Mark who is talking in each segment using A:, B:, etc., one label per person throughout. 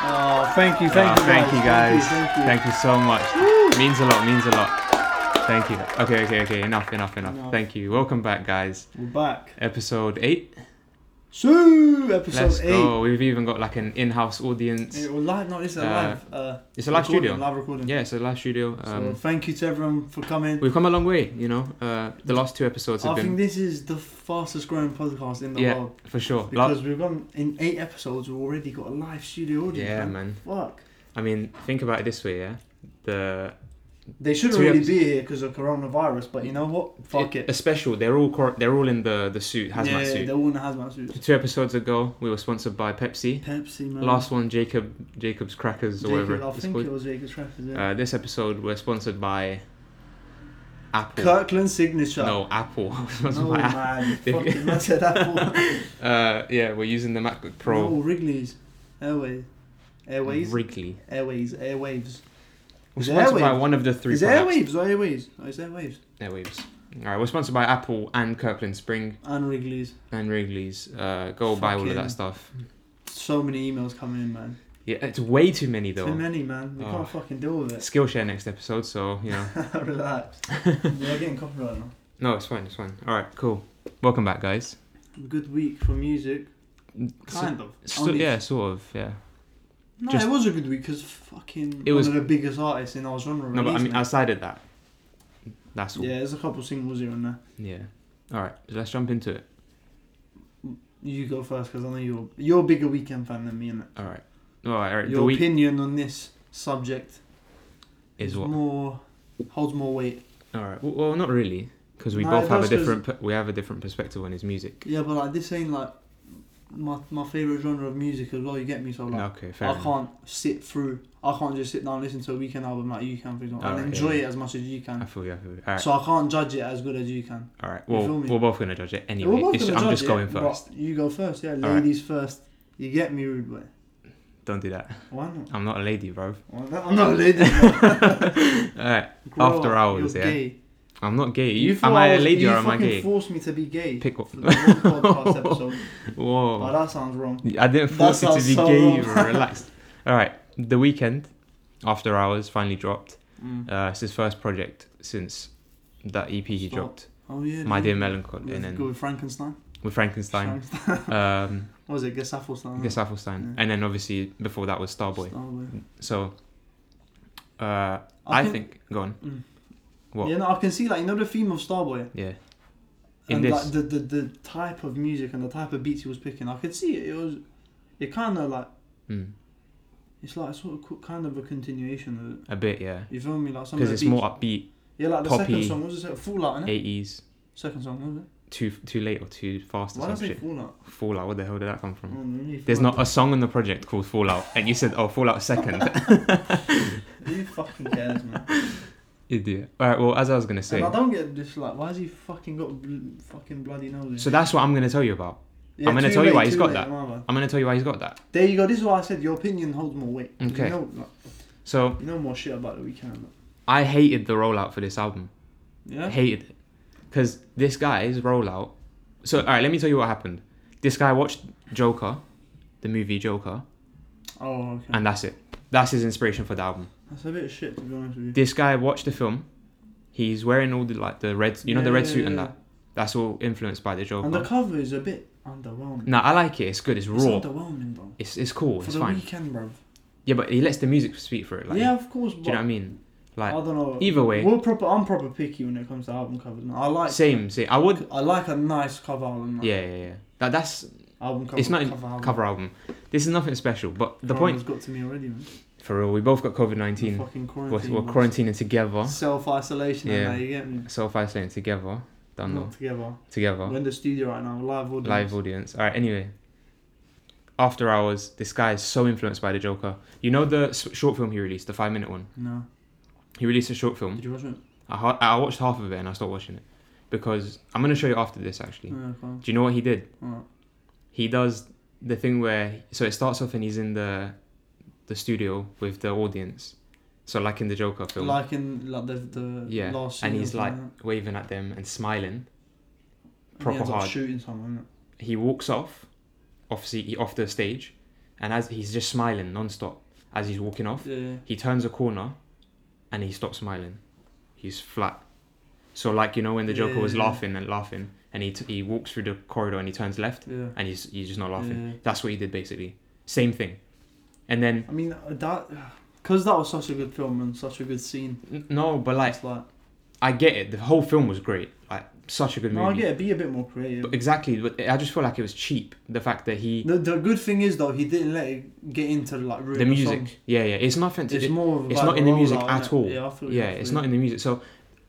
A: Oh, thank you, thank
B: Oh,
A: you,
B: thank you guys.
A: Thank you.
B: Thank you so much. Means a lot. Means a lot. Thank you. Okay, okay, okay. Enough, enough, enough.
A: Enough.
B: Thank you. Welcome back, guys.
A: We're back.
B: Episode eight.
A: So, episode
B: Let's
A: eight.
B: go. We've even got like an in-house audience.
A: Hey, we're live. No, this is a
B: Uh,
A: live. Uh,
B: It's a live
A: recording,
B: studio.
A: Live recording.
B: Yeah, it's a live studio.
A: so,
B: Um,
A: thank you to everyone for coming.
B: we've come a long way. You know, uh, the last two episodes
A: I
B: have
A: think
B: been
A: this is the fastest growing podcast in the
B: Yeah.
A: world
B: for sure. La-
A: because we've gone in eight episodes. We've already got a live studio audience.
B: yeah,
A: man.
B: man.
A: Fuck.
B: I mean, think about it this way. Yeah, the
A: They should
B: Two
A: already
B: episodes.
A: be here because of coronavirus, but you know what? Fuck it.
B: A special. They're all cor- they're all in the the suit hazmat
A: yeah,
B: suit.
A: they're all in hazmat suits.
B: Two episodes ago, we were sponsored by Pepsi.
A: Pepsi, man.
B: Last one, Jacob Jacob's Crackers or
A: Mm. Jacob,
B: whatever
A: I
B: it's
A: think it
B: called.
A: was Jacob's Trappers. Yeah.
B: Uh, this episode, we're sponsored by Apple.
A: Kirkland signature.
B: No, Apple. Sponsored
A: No,
B: by Apple.
A: man, fucking man said Apple.
B: Uh, yeah, we're using the MacBook Pro.
A: No, Wrigley's. Airway. Airways.
B: Wrigley.
A: Airways. Airwaves.
B: We're
A: Is
B: sponsored by
A: Airwaves-
B: one of the three
A: is
B: products.
A: airwaves or airways? Oh, it's airwaves.
B: Airwaves. All right, we're sponsored by Apple and Kirkland Spring
A: And Wrigley's.
B: and Wrigley's. Uh, go buy all of
A: Fucking-
B: that stuff.
A: So many emails coming in, man.
B: Yeah, it's way too many though.
A: Too many, man. We
B: Oh.
A: can't fucking deal with it.
B: Skillshare next episode, so you know.
A: Relax. yeah, getting copyright now.
B: no, it's fine. It's fine. All right, cool. Welcome back, guys.
A: Good week for music.
B: So-
A: Kind of.
B: so-
A: Only-
B: yeah, sort of. Yeah.
A: No,
B: just-
A: it was a good week because fucking
B: It
A: one
B: was-
A: of the biggest artists in our genre.
B: No, but I
A: released
B: mean,
A: it.
B: outside of that, that's all.
A: yeah,
B: Yeah.
A: there's a couple singles here and there.
B: All right, so let's jump into it.
A: You go first because I know you're you're a bigger weekend fan than me, and
B: All right. All right. All right.
A: your
B: the week
A: opinion on this subject
B: is what.
A: more holds more weight.
B: All right. Well, well not really, because we
A: No,
B: both have a
A: that's 'cause-
B: different. pe- We have a different perspective on his music.
A: Yeah, but like this ain't like my my favorite genre of music as well. You get me? So like,
B: No, okay. Fair
A: I
B: enough.
A: can't sit through. I can't just sit down and listen to a weekend album like you can, for example, and
B: Alright,
A: enjoy
B: yeah.
A: it as much as you
B: I
A: can.
B: feel you. I feel you. All right.
A: So I can't judge it as good as you can.
B: all right.
A: you
B: Well,
A: feel me?
B: we're both gonna judge it
A: We're
B: anyway.
A: both
B: It's,
A: gonna
B: I'm just
A: judge
B: going
A: it, but
B: first.
A: You go first, yeah.
B: Alright.
A: Ladies first. You get me, rude boy.
B: Don't do that.
A: Why not?
B: I'm not a lady, bro.
A: Why not? I'm not a lady.
B: all right.
A: Grow
B: After
A: up,
B: hours,
A: you're
B: yeah.
A: Gay.
B: I'm not gay.
A: You
B: am
A: thought
B: I a
A: was-
B: lady
A: you
B: or am I
A: fucking
B: gay?
A: forced me to be gay.
B: Pick one.
A: for the whole podcast episode. Oh,
B: Whoa.
A: that sounds wrong.
B: I didn't force it to
A: sounds
B: be
A: so
B: gay.
A: wrong.
B: bro, Relax. All right. The weekend, after hours, finally dropped.
A: Mm.
B: Uh, it's his first project since that EP he
A: Stop.
B: dropped,
A: Oh yeah.
B: My Dear
A: dude.
B: Melancholy,
A: With,
B: and
A: go
B: then
A: with Frankenstein.
B: with Frankenstein,
A: Frankenstein.
B: um,
A: What was it? Gesaffelstein.
B: Gesaffelstein,
A: Yeah.
B: and then obviously before that was Starboy.
A: Starboy.
B: So uh,
A: I
B: I
A: can-
B: think go on.
A: Mm.
B: What?
A: Yeah, no, I can see like you know the theme of Starboy.
B: Yeah. In
A: And
B: this,
A: like the, the the type of music and the type of beats he was picking, I could see it. It was, it kind of like
B: Mm,
A: it's like sort of co- kind of a continuation of it.
B: a bit, yeah,
A: You feel me? Like some of
B: because
A: the
B: it's
A: beats-
B: more upbeat,
A: Yeah, like the second
B: poppy.
A: song. What was it? Fallout, innit?
B: eighties,
A: Second song, what was it?
B: too too late or too fast or
A: Why did I
B: some
A: say
B: shit.
A: Fallout?
B: Fallout. Where the hell did that come from?
A: Oh, really?
B: There's
A: Fallout.
B: not a song on the project called Fallout, and you said, "Oh, Fallout second.
A: Who fucking cares, man?
B: Idiot. All right. Well, as I was gonna say,
A: And I don't get this, like, why has he fucking got bl- fucking bloody nose?
B: so that's what I'm gonna tell you about.
A: Yeah,
B: I'm gonna
A: too
B: tell you
A: late,
B: why he's
A: too
B: got
A: late,
B: that.
A: my bad.
B: I'm gonna tell you why he's got that.
A: There you go, this is why I said your opinion holds more weight.
B: Okay.
A: You know, like,
B: So
A: you know more shit about the weekend. Like.
B: I hated the rollout for this album.
A: Yeah?
B: Hated it because this guy's rollout. So all right, let me tell you what happened. This guy watched Joker, the movie Joker,
A: Oh, okay.
B: and that's it. That's his inspiration for the album.
A: That's a bit of shit, to be honest with you.
B: This guy watched the film. He's wearing all the like the red, you know, the
A: Yeah,
B: red
A: yeah,
B: suit and
A: yeah.
B: that. That's all influenced by the Joker.
A: And the cover is a bit underwhelming.
B: Now I like it. It's good. It's
A: It's
B: raw.
A: underwhelming, bro.
B: It's it's cool.
A: For
B: It's
A: the
B: fine.
A: weekend, bro.
B: Yeah, but he lets the music speak for it. Like,
A: yeah, of course,
B: do
A: but
B: you know what I mean? Like,
A: I don't know.
B: either way-
A: We're proper, I'm proper picky when it comes to album covers. Man. I like
B: same, same. I would.
A: I like a nice cover album. like,
B: Yeah, yeah, yeah. That that's
A: Album cover.
B: it's not in
A: cover album.
B: cover album. This is nothing special. But the point
A: has got to me already, man.
B: for real, we both got COVID nineteen.
A: Fucking
B: We're,
A: quarantine.
B: we're quarantining together,
A: Self isolation. Yeah.
B: Yeah.
A: Now you get me.
B: self isolating together. Don't know
A: Not together.
B: together.
A: We're in the studio right now. Live audience.
B: Live audience. All right. Anyway, after hours. This guy is so influenced by the Joker. You know the s- short film he released, the five minute one.
A: No.
B: He released a short film.
A: Did you watch it?
B: I, ha- I watched half of it and I stopped watching it because I'm gonna show you after this actually.
A: No, I can't.
B: Do you know what he did?
A: Alright.
B: He does the thing where so it starts off and he's in the the studio with the audience. So like in the Joker film.
A: Like in like the the
B: yeah.
A: last.
B: and
A: scene
B: he's
A: or
B: like
A: something that.
B: waving at them and smiling.
A: And he
B: Proper
A: ends up
B: hard.
A: shooting someone.
B: He walks off off se- off the stage and as he's just smiling non-stop as he's walking off
A: Yeah.
B: he turns a corner and he stops smiling he's flat so like you know when the joker was
A: Yeah.
B: laughing and laughing and he, t- he walks through the corridor and he turns left
A: Yeah.
B: and he's, he's just not laughing
A: Yeah.
B: that's what he did basically same thing and then
A: I mean uh, that because that was such a good film and such a good scene.
B: n- no but like
A: It's like
B: i get it the whole film was great like such a good
A: no, I
B: movie
A: get it, be a bit more creative.
B: but exactly but i just feel like it was cheap the fact that he
A: The, the good thing is though he didn't let it get into like ruin
B: the music
A: song.
B: yeah yeah it's nothing to
A: It's
B: it-
A: more. Of
B: it's
A: like
B: not
A: the
B: in the music
A: rollout,
B: at
A: innit?
B: all.
A: Yeah, I feel you,
B: yeah
A: I feel
B: it's
A: you.
B: not in the music so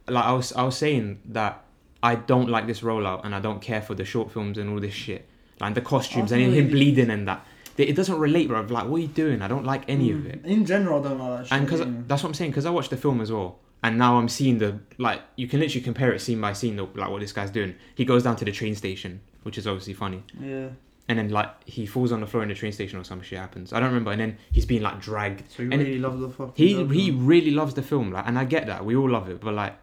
B: like i was i was saying that i don't like this rollout and i don't care for the short films and all this shit like the costumes and
A: feel
B: him
A: you.
B: bleeding and that it it doesn't relate bro like what are you doing i don't like any of
A: Mm.
B: it
A: In general, I don't like that. Shit,
B: and because
A: yeah.
B: that's what i'm saying because i watched the film as well and now i'm seeing the like you can literally compare it scene by scene though, like what this guy's doing he goes down to the train station which is obviously funny
A: yeah.
B: and then like he falls on the floor in the train station or some shit happens i don't remember and then he's being like dragged
A: So you
B: And
A: really love the fucking.
B: he
A: dub,
B: he
A: man.
B: really loves the film, like, and I get that. We all love it, but like,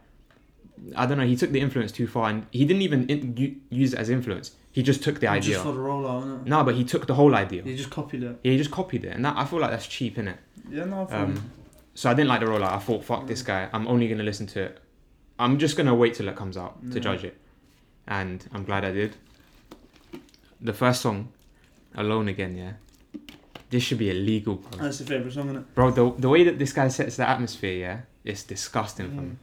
B: I don't know. He took the influence too far, and he didn't even in, u- use it as influence. He just took the idea.
A: Just for the rollout, innit?
B: no, but he took the whole idea.
A: He just copied it.
B: Yeah, he just copied it, and that, I feel like that's cheap, innit?
A: Yeah, no, I feel you.
B: Um, so I didn't like the rollout. I thought, fuck
A: Mm.
B: this guy. I'm only gonna listen to it. I'm just gonna wait till it comes out to
A: Yeah.
B: judge it, and I'm glad I did. The first song, "Alone Again," yeah. This should be illegal, bro.
A: That's your favorite song, innit?
B: Bro, the, the way that this guy sets the atmosphere, yeah, it's disgusting for me.
A: Mm.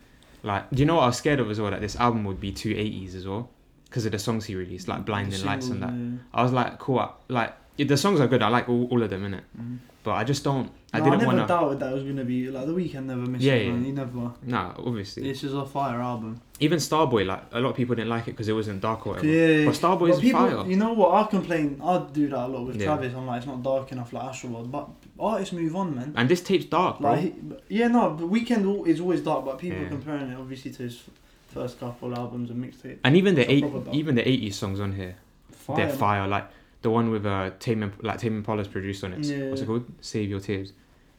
B: Like, do you know what I was scared of as well? That this album would be two eighties as well, because of the songs he released,
A: Mm.
B: like Blinding Lights and that. I was like, cool. I, like, yeah, the songs are good. I like all, all of them in it,
A: Mhm.
B: but I just don't. I
A: I, no, I
B: didn't
A: never
B: want to.
A: doubted that it was gonna be like the weekend never missed
B: Yeah,
A: it,
B: yeah.
A: man. He never.
B: Nah, obviously.
A: This is a fire album.
B: Even Starboy, like a lot of people didn't like it because it wasn't dark or whatever.
A: Yeah,
B: But
A: But
B: Starboy is
A: people,
B: fire.
A: You know what? I complain. I do that a lot with
B: Yeah.
A: Travis. I'm like, it's not dark enough like Astro World. But artists move on, man.
B: And this tape's dark, bro.
A: Like, he, but- yeah, no, but Weekend al- is always dark. But people
B: Yeah.
A: comparing it obviously to his f- first couple albums and mixtape.
B: and even the
A: it's a
B: eight,
A: proper dark.
B: even the eighties songs on here,
A: Fire.
B: they're fire. Like the one with uh, Tame Imp- like Tame Impala's produced on it.
A: Yeah.
B: What's it called? Save Your Tears.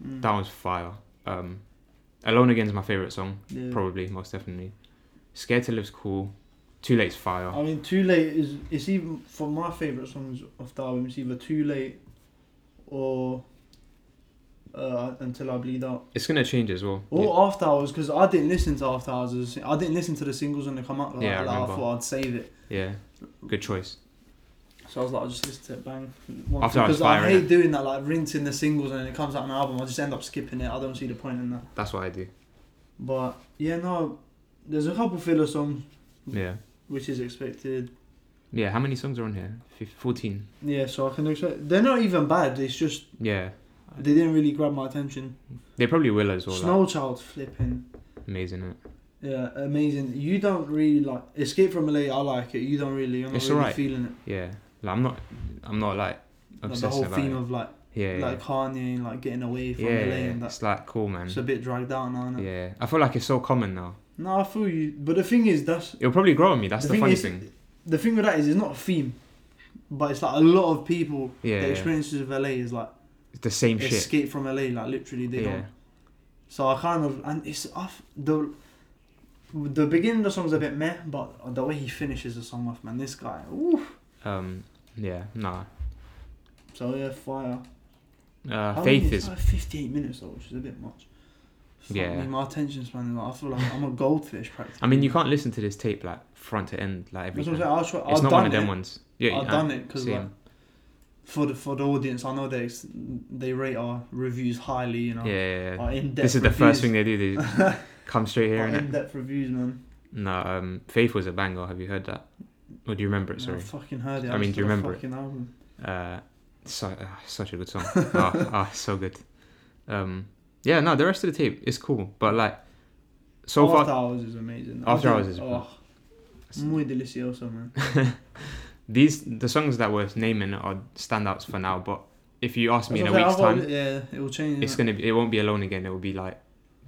A: Mm.
B: That one's fire. Um, Alone Again's my favorite song,
A: Yeah.
B: probably most definitely. Scared to Live's cool. Too Late's fire.
A: I mean, Too Late is it's even for my favorite songs of the album. It's either Too Late or uh, Until I Bleed Out.
B: It's gonna change as well.
A: Or After Hours, because I didn't listen to After Hours. as- I didn't listen to the singles when they come out. Like,
B: Yeah, I
A: like, I,
B: remember.
A: thought I'd save it.
B: yeah, good choice.
A: So I was like, I'll just listen to it bang. once,
B: After Hours eh?
A: Because
B: fire,
A: I hate
B: innit?
A: doing that, like rinsing the singles and then it comes out an album. I just end up skipping it. I don't see the point in that.
B: That's what I do.
A: But yeah, no, there's a couple filler songs,
B: Yeah,
A: which is expected.
B: yeah. How many songs are on here? Fif- Fourteen.
A: Yeah, so I can expect. They're not even bad. It's just
B: Yeah,
A: they didn't really grab my attention.
B: they probably will as well. like,
A: Snowchild flipping.
B: amazing. It.
A: Yeah, amazing. You don't really like Escape from LA. I like it. You don't really. I'm not
B: It's
A: really
B: alright.
A: feeling it.
B: Yeah, like, I'm not. I'm not like
A: Like, the
B: obsessed
A: whole
B: about
A: theme
B: it.
A: of like
B: yeah, yeah,
A: like Kanye and like getting away from
B: yeah.
A: LA
B: yeah,
A: and that.
B: It's like cool, man.
A: It's a bit dragged out now. innit?
B: Yeah, I feel like it's so common now.
A: No, I feel you. But the thing is, that's
B: It'll probably grow on me. That's
A: The
B: the,
A: thing
B: funny
A: is-
B: thing.
A: the thing with that is it's not a theme, but it's like a lot of people.
B: Yeah,
A: the
B: yeah.
A: experiences of LA is like
B: It's the same shit.
A: Escape from LA. Like literally, they
B: Yeah,
A: don't. So I kind of and it's off the. The beginning of the song's a bit meh, but the way he finishes the song off, man, this guy, ooh.
B: um, yeah, nah.
A: So yeah, fire.
B: Uh,
A: How
B: faith
A: many- it's
B: is
A: like 58 minutes though, which is a bit much. Fuck
B: Yeah.
A: me, my attention span is like, I feel like I'm a goldfish practically.
B: I mean, you can't listen to this tape like front to end, like every
A: That's what I'm
B: time.
A: saying. I'll try,
B: It's
A: I've
B: not
A: done
B: one of them
A: it.
B: ones. Yeah,
A: I've
B: I-
A: done it because
B: same.
A: like, for the for the audience, I know they ex- they rate our reviews highly. You know,
B: yeah, yeah, yeah.
A: our in depth.
B: this is the first thing they do. They come straight here
A: in
B: and
A: depth reviews, man.
B: no. Um, faith was a banger. Have you heard that? Or do you remember it?
A: I
B: Sorry.
A: fucking heard it.
B: I mean, do you remember it?
A: fucking it? Album.
B: Uh, so, uh, such a good song. Ah, ah, so good. Um, yeah, no. The rest of the tape is cool, but like, so
A: After
B: far,
A: Hours is amazing.
B: After
A: I
B: Hours
A: think-
B: is-
A: oh, muy delicioso, man.
B: these the songs that we're naming are standouts for now. But if you ask me in a
A: That's what I'm
B: week's
A: saying, I've
B: time,
A: got- yeah, it will change.
B: it's
A: It's,
B: gonna be. It won't be alone again. It will be like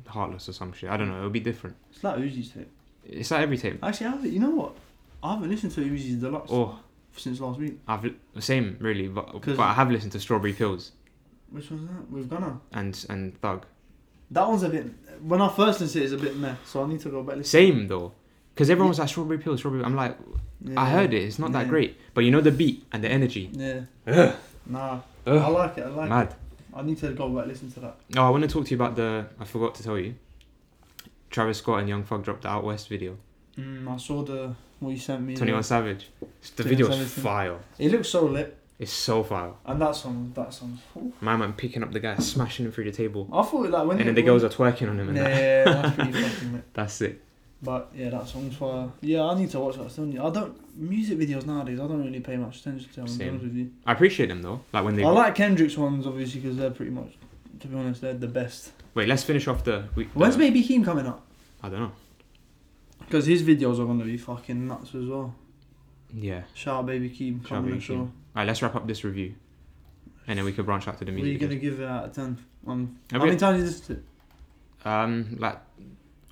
B: heartless or some shit. I don't know. It'll be different.
A: it's like Uzi's tape.
B: It's like every tape.
A: Actually, I haven't, you know what? I haven't listened to Uzi's Deluxe
B: Oh,
A: since last week.
B: I've li- same really, but
A: 'Cause-
B: but I have listened to Strawberry Pills
A: Which one's that? With Gunna.
B: and and Thug.
A: That one's a bit. When I first listened to it, it's a bit meh, so I need to go back listen.
B: Same though, because everyone was like Strawberry Pills, Strawberry. I'm like, I heard it. It's not that
A: Yeah.
B: great, but you know the beat and the energy.
A: Yeah. Nah. I
B: Ugh,
A: like it. I like
B: mad.
A: it. I need to go back listen to that.
B: No, I want to talk to you about the. I forgot to tell you. Travis Scott and Young Thug dropped the Out West video.
A: Mm, I saw the what you sent me.
B: Twenty One Savage. The
A: 21
B: video is
A: Savage.
B: fire.
A: It looks so lit,
B: It's so fire.
A: and that song, that song. Ooh.
B: My man picking up the guy, smashing him through the table,
A: I thought like when
B: and then the
A: when-
B: girls are twerking on him and
A: Nah,
B: that.
A: that's pretty fucking lit.
B: That's it.
A: But yeah, that song's fire. Yeah, I need to watch that. Still, I don't music videos nowadays. I don't really pay much attention to. I'm
B: Same.
A: honest with you.
B: I appreciate them though. Like when they
A: I like Kendrick's ones obviously because they're pretty much, to be honest, they're the best.
B: wait. Let's finish off the. We, the-
A: When's Baby Keem coming up?
B: I don't know.
A: Because his videos are gonna be fucking nuts as well.
B: Yeah.
A: Shout out Baby Keem.
B: Shout out
A: coming
B: Baby
A: as well.
B: All right. Let's wrap up this review, and then we could branch out to the
A: What are you
B: music.
A: gonna
B: videos.
A: give it out of ten? Um, how
B: Have
A: many
B: you-
A: times is this?
B: um, like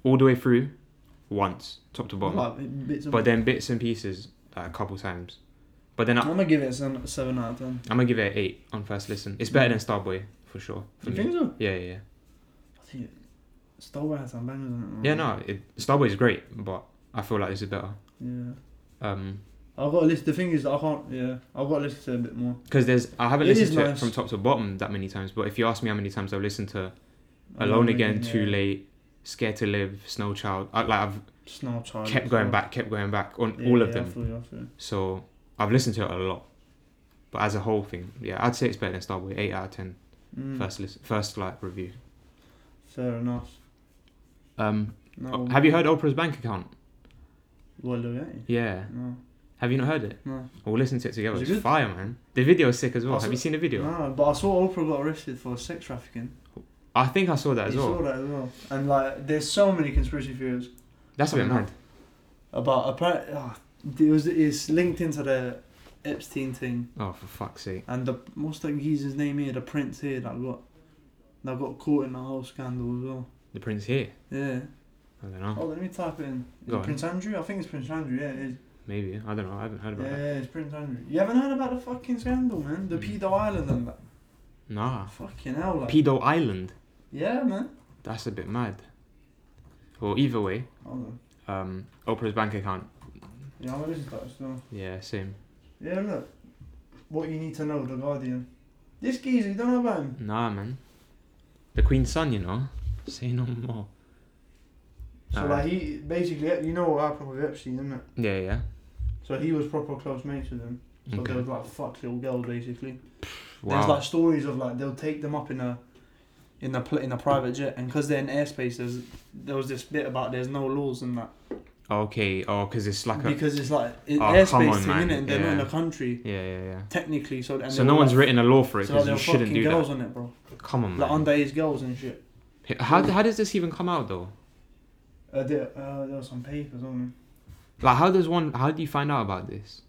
B: all the way through, once top to bottom,
A: Like, bits and-
B: but then bits and pieces like, a couple times, but then I,
A: I'm gonna give it a seven, seven out of ten.
B: I'm gonna give it an eight on first listen. It's better than Starboy for sure. For
A: You
B: me.
A: think so?
B: Yeah, yeah, yeah.
A: I think Starboy has some bangers on it.
B: Yeah, no, it, Starboy is great, but I feel like this is better.
A: Yeah.
B: Um,
A: I've got to listen. The thing is, I can't. Yeah, I've got to listen to it a bit more.
B: because there's I haven't
A: It
B: listened
A: is
B: to it
A: nice.
B: from top to bottom that many times. But if you ask me how many times I've listened to Alone Again, Too Late, Scared to Live, Snow Child, I, like I've
A: Snow Child.
B: kept going back, kept going back on
A: Yeah,
B: all of
A: yeah, I
B: them.
A: feel you, I feel you.
B: So I've listened to it a lot. But as a whole thing, yeah, I'd say it's better than Starboy. Eight out of ten.
A: Mm,
B: First listen, first like review.
A: Fair enough.
B: Um,
A: No,
B: have you heard Oprah's bank account?
A: Well, Lil Yachty?
B: Yeah.
A: No,
B: Have you not heard it?
A: no.
B: We'll listen to it together.
A: Is it
B: It's
A: good?
B: fire, man. The video is sick as well.
A: I
B: Have you
A: saw-
B: seen the video?
A: No, but I saw Oprah got arrested for sex trafficking.
B: I think I saw that as
A: you
B: well.
A: saw that as well. And like, there's so many conspiracy theories
B: That's a bit
A: Coming
B: mad.
A: up. about apparently oh, it was it's linked into the Epstein thing
B: Oh, for fuck's sake.
A: and the what's that geezer's name here, the prince here that got that got caught in the whole scandal as well.
B: The prince here.
A: Yeah.
B: I don't know.
A: Oh, let me type it in. Is
B: Go
A: it
B: on.
A: Prince Andrew? I think it's Prince Andrew. Yeah, it is.
B: Maybe. I don't know. I haven't heard about
A: Yeah,
B: that.
A: it's Prince Andrew. You haven't heard about the fucking scandal, man? The
B: Mm.
A: pedo island and that.
B: Nah.
A: Fucking hell, like.
B: Pedo Island.
A: yeah, man.
B: That's a bit mad. Well, either way,
A: Hold on.
B: um, Oprah's bank account.
A: Yeah, I'm gonna listen to that still.
B: Yeah, same.
A: Yeah, look. What you need to know, The Guardian. This geezer, you don't know about him.
B: Nah, man. The Queen's son, you know. Say no more.
A: So,
B: Uh,
A: like, he basically, you know what happened with Epstein, isn't it?
B: Yeah, yeah.
A: So, he was proper close mates with him. So,
B: Okay.
A: they was like, fuck little girls, basically. There's
B: Wow.
A: like stories of like they'll take them up in a in a pl- in a private jet, and because they're in airspace, there's there was this bit about there's no laws and that
B: Okay. Oh, because it's like a.
A: because it's like in
B: Oh, come
A: airspace
B: on,
A: thing,
B: man.
A: innit? And they're not in
B: Yeah.
A: a country
B: Yeah, yeah, yeah.
A: technically, so and
B: so
A: they
B: no
A: were,
B: one's
A: like,
B: written a law for it
A: So like,
B: because
A: there
B: you
A: were
B: shouldn't
A: fucking
B: do
A: girls
B: that. Mm.
A: on it, bro.
B: Come on,
A: Like
B: man.
A: underage girls and shit.
B: How, how does this even come out though?
A: Uh, there, uh, there was some papers on
B: Like, how does one? How do you find out about this?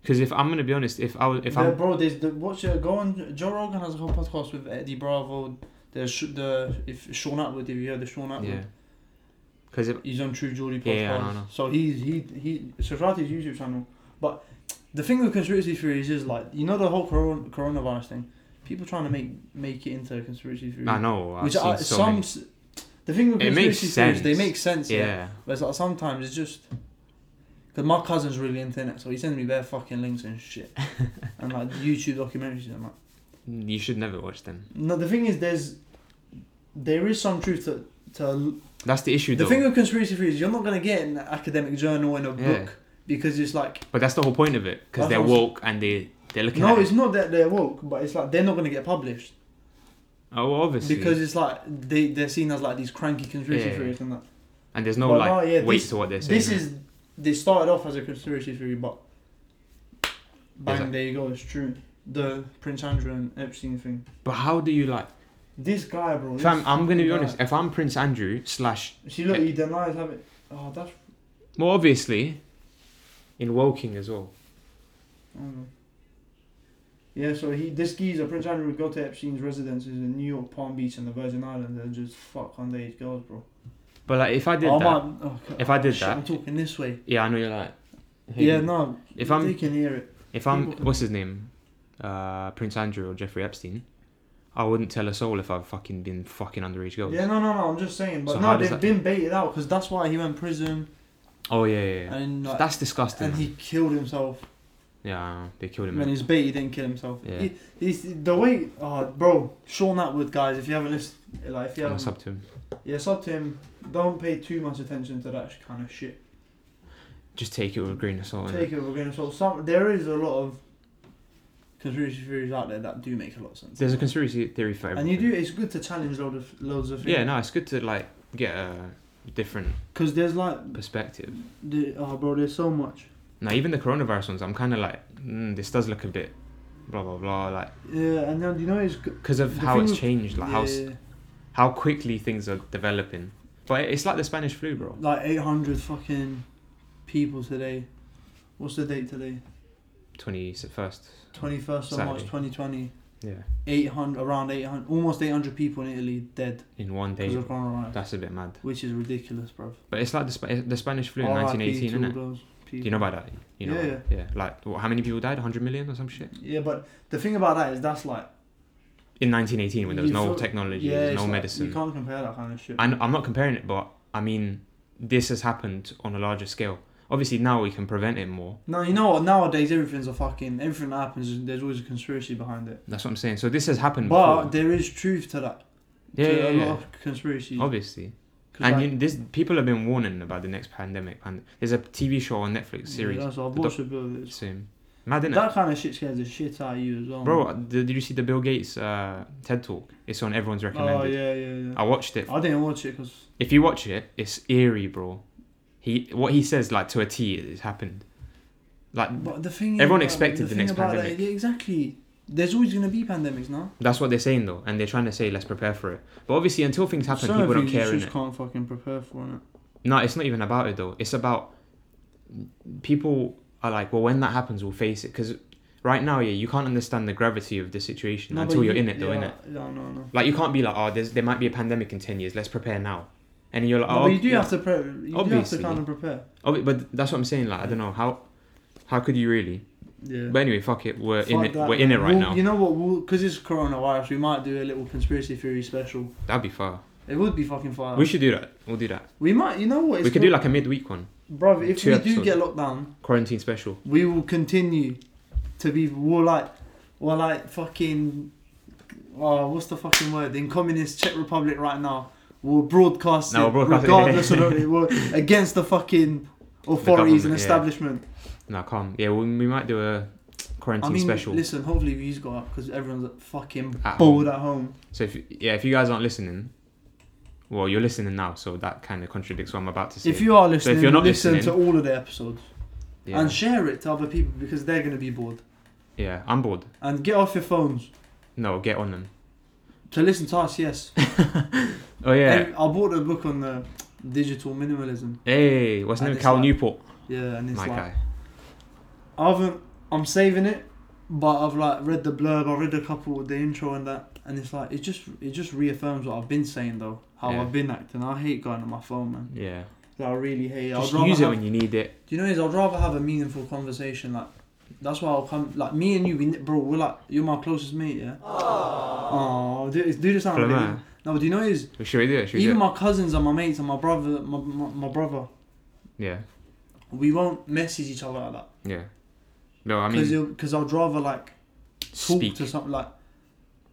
B: Because if I'm gonna be honest, if I was,
A: it.
B: if
A: There,
B: I'm,
A: bro, there's the watch. Uh, go on. Joe Rogan has a whole podcast with Eddie Bravo. There's sh- the if Sean Atwood. If you heard the Sean Atwood.
B: yeah. Because
A: He's on True Geordie podcast.
B: Yeah, yeah, I know, I know.
A: So he's he he subscribe to his YouTube channel. But the thing with conspiracy theories is like you know the whole corona, coronavirus thing. People trying to make make it into a conspiracy theory.
B: I know I've
A: Mm. Which
B: seen
A: are
B: so
A: some.
B: many.
A: s- The thing with
B: It
A: conspiracy
B: makes
A: theories, they
B: sense.
A: make sense. Yeah.
B: Yeah,
A: But it's like sometimes it's just. Cause my cousin's really into it, so he sends me bare fucking links and shit, and like YouTube documentaries and that.
B: you should never watch them.
A: No, the thing is, there's, there is some truth to to
B: That's the issue,
A: the
B: though.
A: thing with conspiracy theories, you're not gonna get in an academic journal in a
B: Yeah.
A: book because it's like
B: but that's the whole point of it, because
A: That's
B: they're
A: what I'm s-
B: woke and they they're looking.
A: no,
B: at
A: it's not that they're woke, but it's like they're not gonna get published
B: oh, well, obviously,
A: because it's like they they're seen as like these cranky conspiracy
B: Yeah.
A: theories and that.
B: and there's no
A: Well,
B: like
A: no, yeah,
B: weight
A: this-
B: to what they're saying.
A: This is they started off as a conspiracy theory, but bang,
B: Exact-
A: there you go, it's true. The Prince Andrew and Epstein thing.
B: But how do you like,
A: This guy, bro. this
B: fam? I'm gonna be
A: fucking
B: honest.
A: guy.
B: If I'm Prince Andrew slash,
A: See, look, he denies having. Oh, that's.
B: more obviously, in woking as well.
A: I don't know. Yeah, so he this geezer, Prince Andrew, would go to Epstein's residences in New York, Palm Beach, and the Virgin Islands and just fuck underage girls, bro.
B: But like, if I did
A: Oh,
B: that,
A: man. Oh, God.
B: If I did
A: Shit,
B: that-
A: I'm talking this way.
B: yeah, I know you're like,
A: yeah,
B: hey,
A: no.
B: if
A: they
B: I'm-
A: can hear it.
B: If I'm
A: People can-
B: what's his name, uh, Prince Andrew or Jeffrey Epstein, I wouldn't tell a soul if I've fucking been fucking underage girls.
A: Yeah, no, no, no. I'm just saying, but
B: So how
A: no,
B: does
A: they've
B: that-
A: been baited out because that's why he went prison
B: Oh yeah, yeah. yeah.
A: and like,
B: That's disgusting.
A: and
B: man.
A: he killed himself.
B: Yeah, I know. they killed him.
A: And
B: man.
A: his bait, he didn't kill himself.
B: Yeah.
A: He, he's, the way, oh, bro, Sean Atwood, guys, if you haven't listened, like, if you
B: I'm
A: haven't,
B: gonna sub to him.
A: yeah, sub to him. Don't pay too much attention to that kind of shit.
B: Just take it with a grain of salt.
A: Take
B: innit?
A: it with a grain of salt. Some, there is a lot of conspiracy theories out there that do make a lot of sense.
B: There's a conspiracy theory for
A: and
B: everything.
A: you do. It's good to challenge loads of loads of
B: Yeah, no, it's good to like get a different
A: Because there's like,
B: perspective.
A: the, oh, bro, there's so much.
B: Now, even the coronavirus ones, I'm kind of like, mm, this does look a bit, blah blah blah, like
A: Yeah, and then you know it's good.
B: because of
A: The
B: how
A: thing
B: it's
A: with-
B: changed, like how s-
A: yeah,
B: how quickly things are developing. But it- it's like the Spanish flu, bro.
A: like 800 fucking people today. What's the date today?
B: Twenty first.
A: 21st of March
B: Saturday.
A: 2020.
B: Yeah.
A: 800 around 800 almost 800 people in Italy dead
B: In one
A: because
B: day.
A: of coronavirus
B: That's a bit mad.
A: which is ridiculous bruv
B: But it's like the, Sp- eh, the Spanish flu in
A: RIP
B: 1918,
A: to
B: isn't
A: all
B: it?
A: those
B: Do
A: people.
B: you know about that? You know,
A: Yeah,
B: yeah. Like, what, how many people died? 100 million or some shit?
A: yeah but the thing about that is that's like
B: In 1918, when there was
A: You
B: no
A: feel-
B: technology,
A: yeah
B: there's
A: it's
B: no
A: like-
B: medicine.
A: you can't compare that kind of shit
B: And I'm not comparing it, but I mean, this has happened on a larger scale. Obviously, now we can prevent it more.
A: no you know what nowadays everything's a fucking everything that happens there's always a conspiracy behind it
B: That's what I'm saying. So this has happened
A: but
B: before.
A: there is truth to that
B: Yeah,
A: to
B: yeah,
A: a
B: yeah.
A: lot of conspiracies
B: Obviously.
A: 'Cause
B: And
A: like-
B: you, this people have been warning about the next pandemic. And there's a TV show on Netflix series.
A: yeah, that's, I've
B: The
A: watched a bit of it
B: Same. Mad, innit?
A: that kind of shit scares the shit out of you as well Oh,
B: Bro, did, did you see the Bill Gates uh, TED Talk? It's on everyone's recommended.
A: oh yeah yeah yeah
B: I watched it.
A: I didn't watch it because
B: If you watch it, it's eerie, bro. He what he says like to a T, it's happened. Like
A: But the thing is,
B: Uh, Everyone
A: about-
B: expected the
A: thing
B: next
A: about that-
B: pandemic.
A: yeah, exactly. There's always going to be pandemics now.
B: that's what they're saying though, and they're trying to say let's prepare for it. But obviously, until things happen,
A: Some
B: people
A: of
B: don't
A: you
B: care.
A: just
B: innit?
A: can't fucking prepare for it.
B: No, it's not even about it though. It's about people are like, well, when that happens, we'll face it. Because right now, yeah, you can't understand the gravity of the situation
A: No,
B: until
A: but
B: you're
A: you-
B: in it, though,
A: yeah,
B: innit?
A: Yeah, no, no.
B: Like you can't be like, oh, there's, there might be a pandemic in ten years. Let's prepare now. And you're like,
A: No,
B: oh,
A: but you do
B: yeah.
A: have to prepare. You
B: Obviously.
A: do have to kind of prepare.
B: Oh, but- but that's what I'm saying. Like, I don't know how. How could you really?
A: Yeah.
B: But anyway, fuck it. We're in
A: Fuck
B: it.
A: that,
B: We're in it
A: man.
B: right
A: We'll-
B: now.
A: You know what? Because it's coronavirus, we might do a little conspiracy theory special.
B: That'd be far.
A: It would be fucking fire.
B: We should do that. We'll do that.
A: We might. You know what?
B: we could do like a midweek one,
A: Bro, if
B: two
A: we do
B: episodes.
A: get locked down,
B: quarantine special.
A: we will continue to be. We're like, we're like fucking. Oh, what's the fucking word? In communist Czech Republic right now, we're broadcasting,
B: No, we're broadcasting,
A: regardless
B: yeah.
A: of the, we're against the fucking authorities
B: government,
A: and
B: yeah.
A: establishment.
B: No, calm. Yeah, we, we might do a
A: I
B: quarantine
A: mean,
B: special.
A: listen. Hopefully, views go up because everyone's fucking
B: At
A: bored at home.
B: So if yeah, if you guys aren't listening, well, you're listening now, so that kind of contradicts what I'm about to say.
A: If you are listening,
B: you're not
A: listen
B: listening-
A: to all of the episodes
B: yeah,
A: and share it to other people because they're gonna be bored.
B: yeah, I'm bored.
A: And get off your phones
B: No, get on them.
A: to listen to us. Yes,
B: Oh yeah.
A: And I bought a book on the digital minimalism.
B: Hey, what's his
A: And
B: name?
A: it's
B: Cal
A: like-
B: Newport,
A: Yeah, and it's
B: my
A: like
B: guy.
A: I haven't. I'm saving it, but I've like read the blurb. I read a couple of the intro and that, and it's like it just it just reaffirms what I've been saying though. How
B: Yeah.
A: I've been acting. I hate going on my phone, man.
B: Yeah.
A: Like, I really hate. it.
B: Just
A: I'd rather
B: use it
A: have,
B: when you need it.
A: Do you know is I'd rather have a meaningful conversation. Like that's why I'll come. Like me and you, we, ne- bro, we're like you're my closest mate. Yeah. Oh, do, do this sound.
B: Flamel.
A: really- No, but do you know is
B: Should we do it? Should we
A: even
B: do it?
A: my cousins and my mates and my brother, my, my, my brother,
B: Yeah.
A: we won't message each other like that.
B: Yeah. No, I
A: Because
B: mean,
A: because I'd rather like talk
B: speak.
A: to something like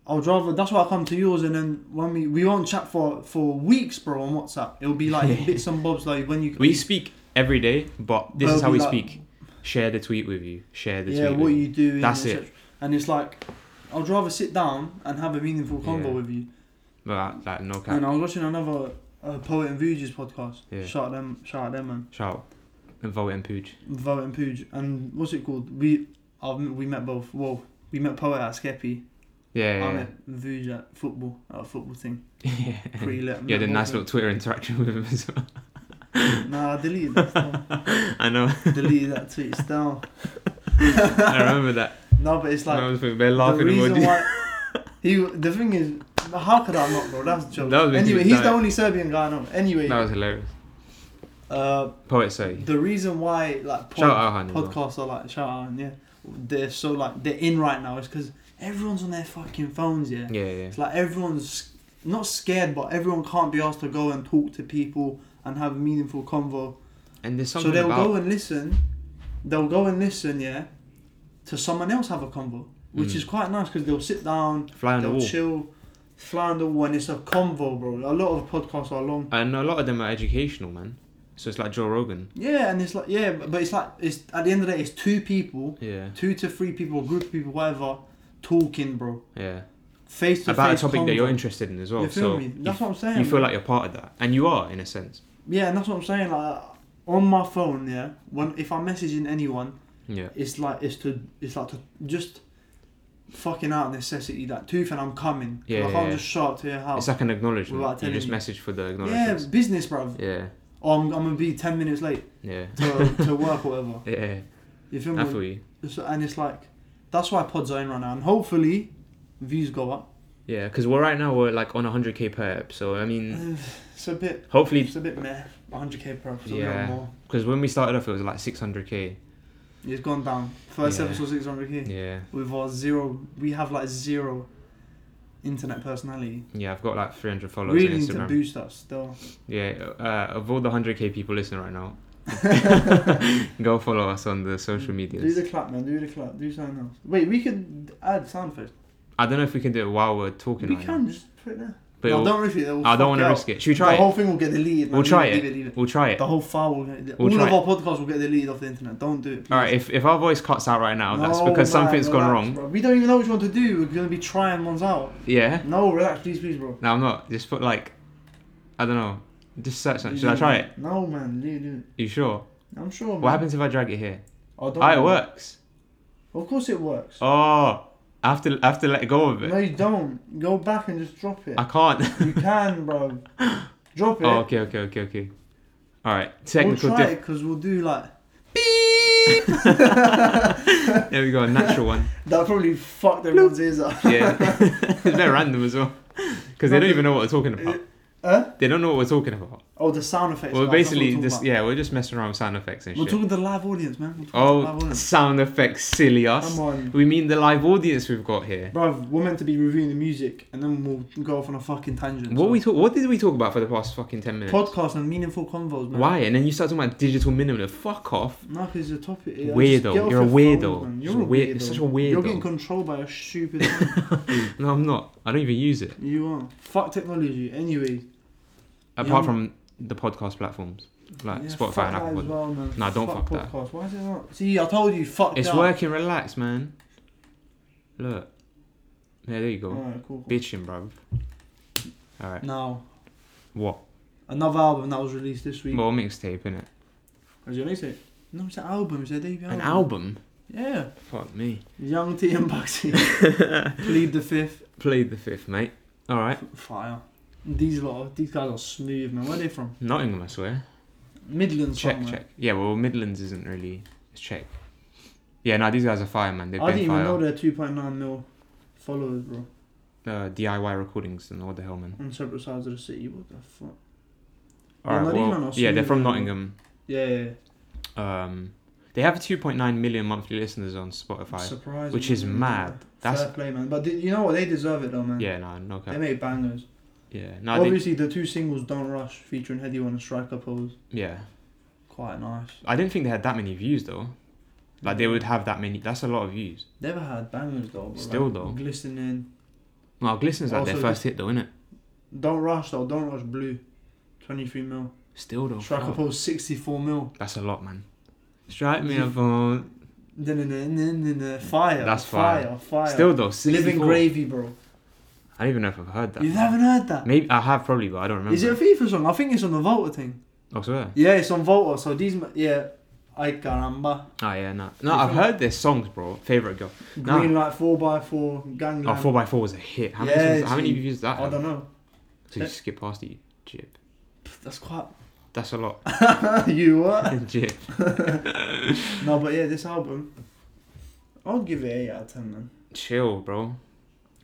A: I'd rather that's why I come to yours and then when we we won't chat for for weeks, bro, on WhatsApp. It'll be like bits and bobs like when you
B: We speak every day, but this
A: But
B: is how we
A: it'll be like-
B: speak. Share the tweet with you. Share the
A: yeah
B: tweet.
A: what
B: with
A: you do.
B: That's
A: and
B: it.
A: such. And it's like I'd rather sit down and have a meaningful convo
B: Yeah.
A: with you.
B: But like, no cap.
A: And I was watching another uh, Poet and Vuji's podcast.
B: Yeah.
A: Shout out them, shout out them, man.
B: Shout. And vote and pooch.
A: Vote and Pooj. And what's it called? We I've, we met both. Well, we met Poet at Skeppy.
B: Yeah.
A: I
B: Yeah.
A: met Vuj at football at a football thing.
B: Yeah.
A: Pretty lit.
B: yeah. The
A: Met
B: nice
A: both of them.
B: little Twitter interaction with him as well.
A: Nah, I deleted that stuff.
B: I know.
A: deleted that tweet still.
B: I remember that.
A: No, but it's
B: When I
A: like
B: was with Bell
A: the
B: laughing
A: reason
B: emoji.
A: why he. The thing is, how could I not, bro? That's a joke.
B: That was literally-
A: anyway, he's
B: no.
A: the only Serbian guy I know. Anyway,
B: That was hilarious.
A: uh,
B: Poet say.
A: the reason why like pod,
B: Shout out Arhan as well.
A: podcasts are like shout out, yeah, they're so like they're in right now is because everyone's on their fucking phones, yeah.
B: Yeah, yeah.
A: It's like everyone's not scared, but everyone can't be asked to go and talk to people and have a meaningful convo.
B: And there's
A: so
B: something
A: they'll
B: about
A: go and listen. They'll go and listen, yeah. to someone else have a convo, which
B: Mm.
A: is quite nice because they'll sit down,
B: Fly on the
A: they'll
B: wall.
A: chill, fly on the wall, and it's a convo, bro. A lot of podcasts are long.
B: And a lot of them are educational, man. So it's like Joe Rogan.
A: Yeah, and it's like yeah, but but it's like it's at the end of the day, it's two people,
B: Yeah,
A: two to three people, group of people, whatever, talking, bro,
B: yeah.
A: face to face
B: About a topic that
A: convo.
B: you're interested in as well.
A: You feel
B: so
A: me?
B: you-
A: That's what I'm saying.
B: you feel like you're part of that, and you are in a sense.
A: yeah, and that's what I'm saying. Like on my phone, yeah, when if I'm messaging anyone,
B: Yeah,
A: it's like it's to it's like to just fucking out of necessity that tooth and I'm coming. 'Cause
B: Yeah,
A: I
B: yeah,
A: can't
B: yeah.
A: just show up to your house.
B: it's like an acknowledgement.
A: Without
B: you
A: telling
B: just
A: you.
B: message for the
A: yeah,
B: acknowledgements.
A: business, bruv.
B: Yeah,
A: Oh, I'm, I'm gonna be ten minutes late
B: yeah,
A: to, to work or whatever.
B: yeah. yeah.
A: You feel
B: I
A: me?
B: feel you.
A: So- and it's like that's why pods are in right now, and hopefully views go up.
B: Yeah, because we're right now we're like on 100k per ep. So I
A: Mm.
B: mean,
A: It's a bit,
B: hopefully,
A: it's a bit meh. 100k per episode,
B: Yeah.
A: yeah. more.
B: because when we started off it was like 600k.
A: It's gone down. First
B: Yeah.
A: episode 600k.
B: Yeah,
A: With our zero, we have like zero internet personality.
B: yeah. I've got like 300 followers
A: Really
B: on
A: need to
B: Instagram.
A: boost us still.
B: Yeah, uh, of all the 100k people listening right now, go follow us on the social
A: Do
B: medias.
A: the clap, man. Do the clap. Do something else. Wait, we could add sound effects.
B: I don't know if we can do it while we're talking.
A: We
B: right
A: can
B: Now,
A: just put it there.
B: but
A: no,
B: we'll-
A: don't risk it. it'll
B: I
A: fuck
B: don't want to
A: out.
B: risk it. Should we try
A: The
B: it?
A: whole thing will get deleted. Man.
B: We'll try
A: leave
B: it.
A: Leave it. Leave it.
B: We'll try it.
A: The whole file will get.
B: We'll
A: all
B: try
A: of our podcasts will get deleted off the internet. Don't do it. Please.
B: All right. If if our voice cuts out right now, that's
A: No,
B: because
A: man,
B: something's gone
A: relax,
B: wrong.
A: Bro. We don't even know which one to do. We're gonna be trying ones out.
B: Yeah.
A: No, relax, please, please, bro.
B: No, I'm not. Just put like, I don't know. Just search. that. Should I try it?
A: No, man. You do.
B: You sure?
A: I'm sure. Man.
B: What happens if I drag it here?
A: Oh, don't
B: Oh, it
A: worry.
B: works.
A: Of course it works.
B: Oh, I have to I have to let go of
A: no,
B: it.
A: you don't. Go back and just drop it.
B: I can't.
A: you can, bro. Drop it.
B: Oh, okay, okay, okay, okay. All right.
A: we'll
B: Technical.
A: try
B: Dif-
A: it because we'll do like
B: there we go. A natural one.
A: that. Probably fucked everyone's ears up.
B: Yeah. it's very random as well. Because they don't even know what we're talking about.
A: Huh?
B: They don't know what we're talking about.
A: Oh, the sound effects.
B: We're
A: guys, that's what
B: basically
A: we're
B: just
A: talking
B: yeah, we're just messing around with sound effects and
A: about. We're
B: shit.
A: talking to the live audience, man. We're talking to the live
B: oh,
A: audience.
B: sound effects, silly us.
A: come on,
B: We mean the live audience we've got here.
A: bro. We're meant to be reviewing the music, and then we'll go off on a fucking tangent.
B: What
A: so.
B: we talk? What did we talk about for the past fucking ten minutes?
A: podcast and meaningful convos, man.
B: Why? And then you start talking about digital minimum. Fuck off.
A: No, because the topic. yeah, just get
B: Weirdo.
A: off
B: You're a
A: your
B: weirdo.
A: phone, man.
B: You're
A: You're a
B: weird.
A: weirdo.
B: You're such a
A: You're getting
B: weirdo.
A: controlled by a stupid. phone.
B: No, I'm not. I don't even use it.
A: you are. Fuck technology. Anyway.
B: Apart
A: Yeah.
B: from the podcast platforms like
A: Yeah, fuck
B: Spotify and
A: that as
B: Apple. Podcasts.
A: well, man.
B: Nah, don't fuck that.
A: podcast. Why is it not? See, I told you, fuck
B: It's
A: that.
B: working. Relax, man. Look. Yeah, there you go.
A: Alright, cool. cool.
B: Bitching, bruv. All right.
A: Now,
B: What?
A: another album that was released this week.
B: Well, mixtape, innit?
A: Is your mixtape? No, it's an album. It's their debut album.
B: An album?
A: Yeah.
B: Fuck me.
A: Young T and Bugsy. Plead the Fifth.
B: Played the fifth, mate. All right.
A: Fire. These lot, of- these guys are smooth, man. Where are they from?
B: Nottingham, I swear.
A: Midlands
B: Check,
A: somewhere.
B: check. Yeah, well, Midlands isn't really. It's check. Yeah, no, these guys are fire, man. They've
A: I
B: been
A: didn't even know
B: fire.
A: they're 2.9 mil followers, bro.
B: Uh, DIY recordings and what the hell, man.
A: On separate sides of the city. What the fuck?
B: All
A: Well,
B: right,
A: Nottingham
B: well,
A: are
B: yeah, they're
A: smooth,
B: from
A: man.
B: Nottingham.
A: Yeah, yeah,
B: Um, they have 2.9 million monthly listeners on
A: yeah.
B: Spotify.
A: Surprising.
B: Which is
A: man.
B: mad. That's-
A: Fair play, man. But th- you know what? They deserve it, though, man.
B: Yeah, no, no
A: They
B: cap.
A: made bangers.
B: Yeah, no, they,
A: uh, Obviously, the two singles "Don't Rush" featuring Heady on a striker pose,
B: yeah.
A: quite nice.
B: I didn't think they had that many views though. Like they would have that many. That's a lot of views.
A: Never had bangers though. Bro.
B: Still
A: like,
B: though.
A: Glistening.
B: Well, Glisten's like their
A: Also,
B: first hit though, innit?
A: Don't rush though. Don't rush blue. Twenty-three mil.
B: Still though.
A: striker
B: Oh, fuck.
A: pose sixty-four mil.
B: That's a lot, man. Strike me
A: You-
B: a phone.
A: Dun-dun-dun-dun-dun. Fire.
B: That's
A: fire. Fire.
B: Still though, 64.
A: living gravy, bro.
B: I don't even know if I've heard that.
A: You haven't heard that? Is
B: Maybe I have probably, but I don't remember.
A: it a FIFA song? I think it's on the Volta thing.
B: I swear.
A: Yeah, it's on Volta. So these, ma- yeah. Ay caramba.
B: Ah yeah, no, no.
A: You
B: I've
A: feel-
B: heard their songs, bro. Favorite girl. Oh, Nah.
A: Green light four x four.
B: Oh,
A: Gangland.
B: 4 x 4 was a hit. How many,
A: Yeah,
B: songs, how many
A: gee.
B: views that?
A: I
B: have?
A: don't know.
B: So you skip past the jip.
A: That's quite.
B: That's a lot.
A: you what?
B: jip.
A: No, but yeah, this album, I'll give it eight out of ten, man.
B: Chill, bro.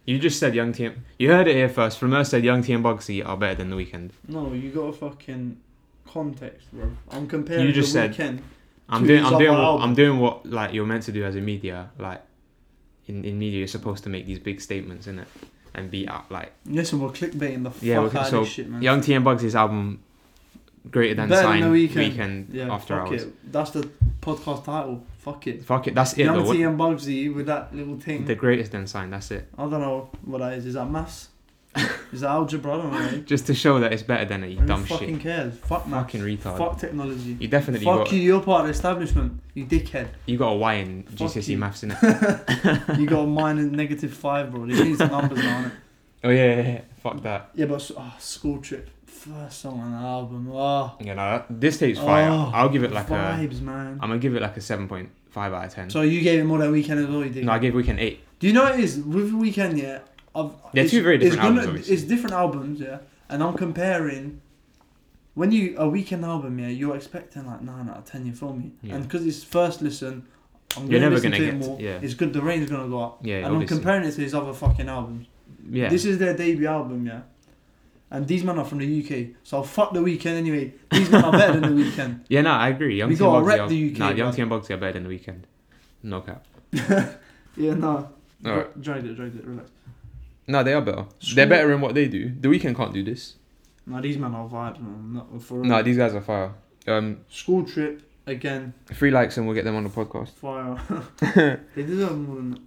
B: You just said Young T. M- You heard it here first. From us said Young T and Bugsy are better than the weekend.
A: No, you got a fucking context, bro. I'm comparing
B: You just
A: the
B: said-
A: weekend.
B: I'm
A: Two
B: doing.
A: is
B: I'm
A: up
B: doing.
A: our
B: What,
A: album.
B: I'm doing what like you're meant to do as a media. Like, in, in media, you're supposed to make these big statements, innit? And be out like
A: Listen, we're clickbaiting the
B: Yeah,
A: fuck
B: we're-
A: out
B: so,
A: of this shit, man.
B: Young T and Bugsy's album, greater than
A: Better than
B: Sign
A: The Weeknd.
B: weekend
A: yeah,
B: after
A: fuck
B: hours.
A: it. That's the podcast title. Fuck it.
B: Fuck it, that's it. though.
A: Yamati
B: What-
A: and Bugsy with that little thing.
B: the greatest end sign, that's it.
A: I don't know what that is. Is that maths? is that algebra? I don't know.
B: Just to show that it's better than it, you
A: Who
B: dumb
A: fucking
B: shit.
A: cares? Fuck maths.
B: Fucking retard.
A: Fuck technology.
B: You definitely
A: Fuck
B: got
A: you, you're part of the establishment. You dickhead.
B: you got a Y in
A: Fuck
B: GCSE
A: you.
B: E maths in it.
A: You got a minus negative five, bro. They need some numbers on it.
B: Oh yeah, yeah, yeah. fuck that.
A: Yeah, but s- oh, school trip. First song on the album. Oh,
B: You know that- this tape's fire.
A: Oh,
B: I'll give it like a.
A: vibes, man.
B: I'm gonna give it like a seven point five out of ten.
A: So you gave it more than weekend as well, you did.
B: no, I gave Weekend eight.
A: Do you know what it is with weekend? Yeah, I've,
B: They're
A: it's-
B: two very different
A: it's gonna-
B: albums, obviously.
A: It's different albums, yeah. And I'm comparing. When you a weekend album, yeah, you're expecting like nine out of ten. You feel me?
B: Yeah.
A: And because it's first listen, I'm
B: You're
A: gonna
B: never
A: listen to
B: gonna get-
A: it more.
B: yeah.
A: It's good. The rain's gonna go up.
B: Yeah,
A: and
B: obviously.
A: I'm comparing it to his other fucking albums.
B: yeah.
A: This is their debut album, yeah. And these men are from the UK, so I'll fuck the weekend anyway. These men are better than the weekend.
B: yeah, no, I agree. Young
A: We
B: Team
A: gotta
B: Bugsy
A: rep
B: are,
A: the UK,
B: nah, Young
A: man.
B: Team Bugsy are better than the Weekend. No cap.
A: Yeah, no.
B: Alright.
A: Dragged it, dragged it, relax.
B: No, they are better.
A: Screw-
B: They're better in what they do. The Weekend can't do this.
A: No, these men are vibes, man. Not for real.
B: No, these guys are fire. Um,
A: School trip again,
B: three likes and we'll get them on the podcast.
A: fire. they deserve more than that.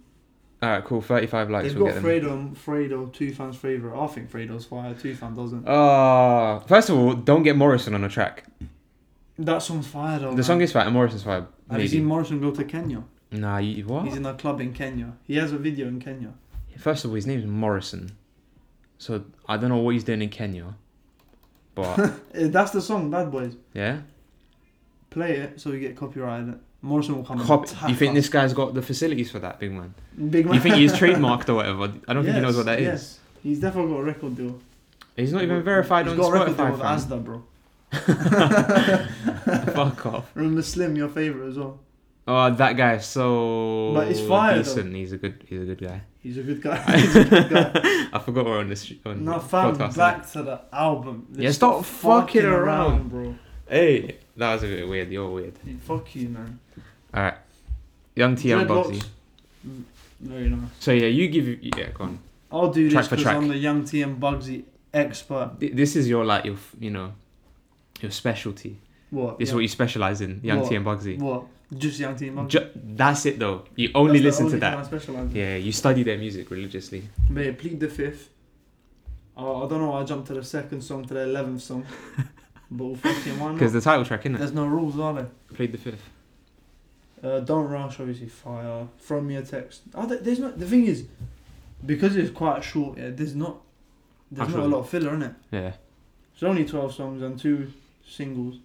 B: All right, cool. Thirty-five likes.
A: They've
B: we'll
A: got
B: get them.
A: Fredo, Fredo, two fans' favourite. I think Fredo's fire, two fan doesn't.
B: Ah, first of all, don't get Morrison on a track.
A: That song's fire though.
B: the song is fire and Morrison's fire.
A: Have you
B: Maybe.
A: seen Morrison go to Kenya?
B: nah, you, what?
A: He's in a club in Kenya. He has a video in Kenya.
B: First of all, his name's Morrison, so I don't know what he's doing in Kenya, but
A: Eh, That's the song, Bad Boys.
B: yeah.
A: Play it so we get copyrighted. Morrison will come. and
B: Cop-
A: attack
B: you think
A: us.
B: this guy's got the facilities for that, big man?
A: big man?
B: You think he's trademarked or whatever? I don't think he
A: Yes,
B: knows what that is.
A: yes. He's definitely got a record deal.
B: He's not even verified
A: He's
B: on
A: got a record deal
B: Spotify.
A: with
B: fam.
A: Asda, bro.
B: Fuck off.
A: Remember Slim, your favorite as well.
B: Oh, that guy is so
A: But it's fire, though.
B: decent. He's a good. He's a good guy.
A: He's a good guy. He's a good guy.
B: I forgot we're on this. On
A: No,
B: the
A: fam,
B: podcast.
A: back to the album.
B: Yeah, stop fucking around.
A: bro.
B: Hey, that was a bit weird. You're weird.
A: Dude, fuck you, man.
B: All right, young T and
A: Dreadlocks.
B: Bugsy.
A: Mm, Very nice.
B: So yeah, you give yeah, go on.
A: I'll do
B: Track
A: this
B: for
A: because
B: track.
A: I'm the Young T and Bugsy expert.
B: Th- This is your like your f- you know your specialty.
A: What?
B: This is what you specialize in, Young T and Bugsy.
A: What? Just Young T and Bugsy.
B: Ju- that's it though. You only
A: That's the
B: listen to
A: thing I
B: that.
A: specialise in.
B: Yeah, you study their music religiously.
A: Mate, plead the fifth. I, I don't know why I jumped to the second song to the eleventh song, but fucking why
B: Because
A: not?
B: the title track, innit?
A: There's no rules, are there?
B: Played the fifth.
A: Uh, don't rush, obviously. Fire. From your text. Oh, there- there's not. The thing is, because it's quite short. Yeah, there's not. There's not
B: Actually-
A: a lot of filler in it.
B: Yeah.
A: It's only twelve songs and two singles.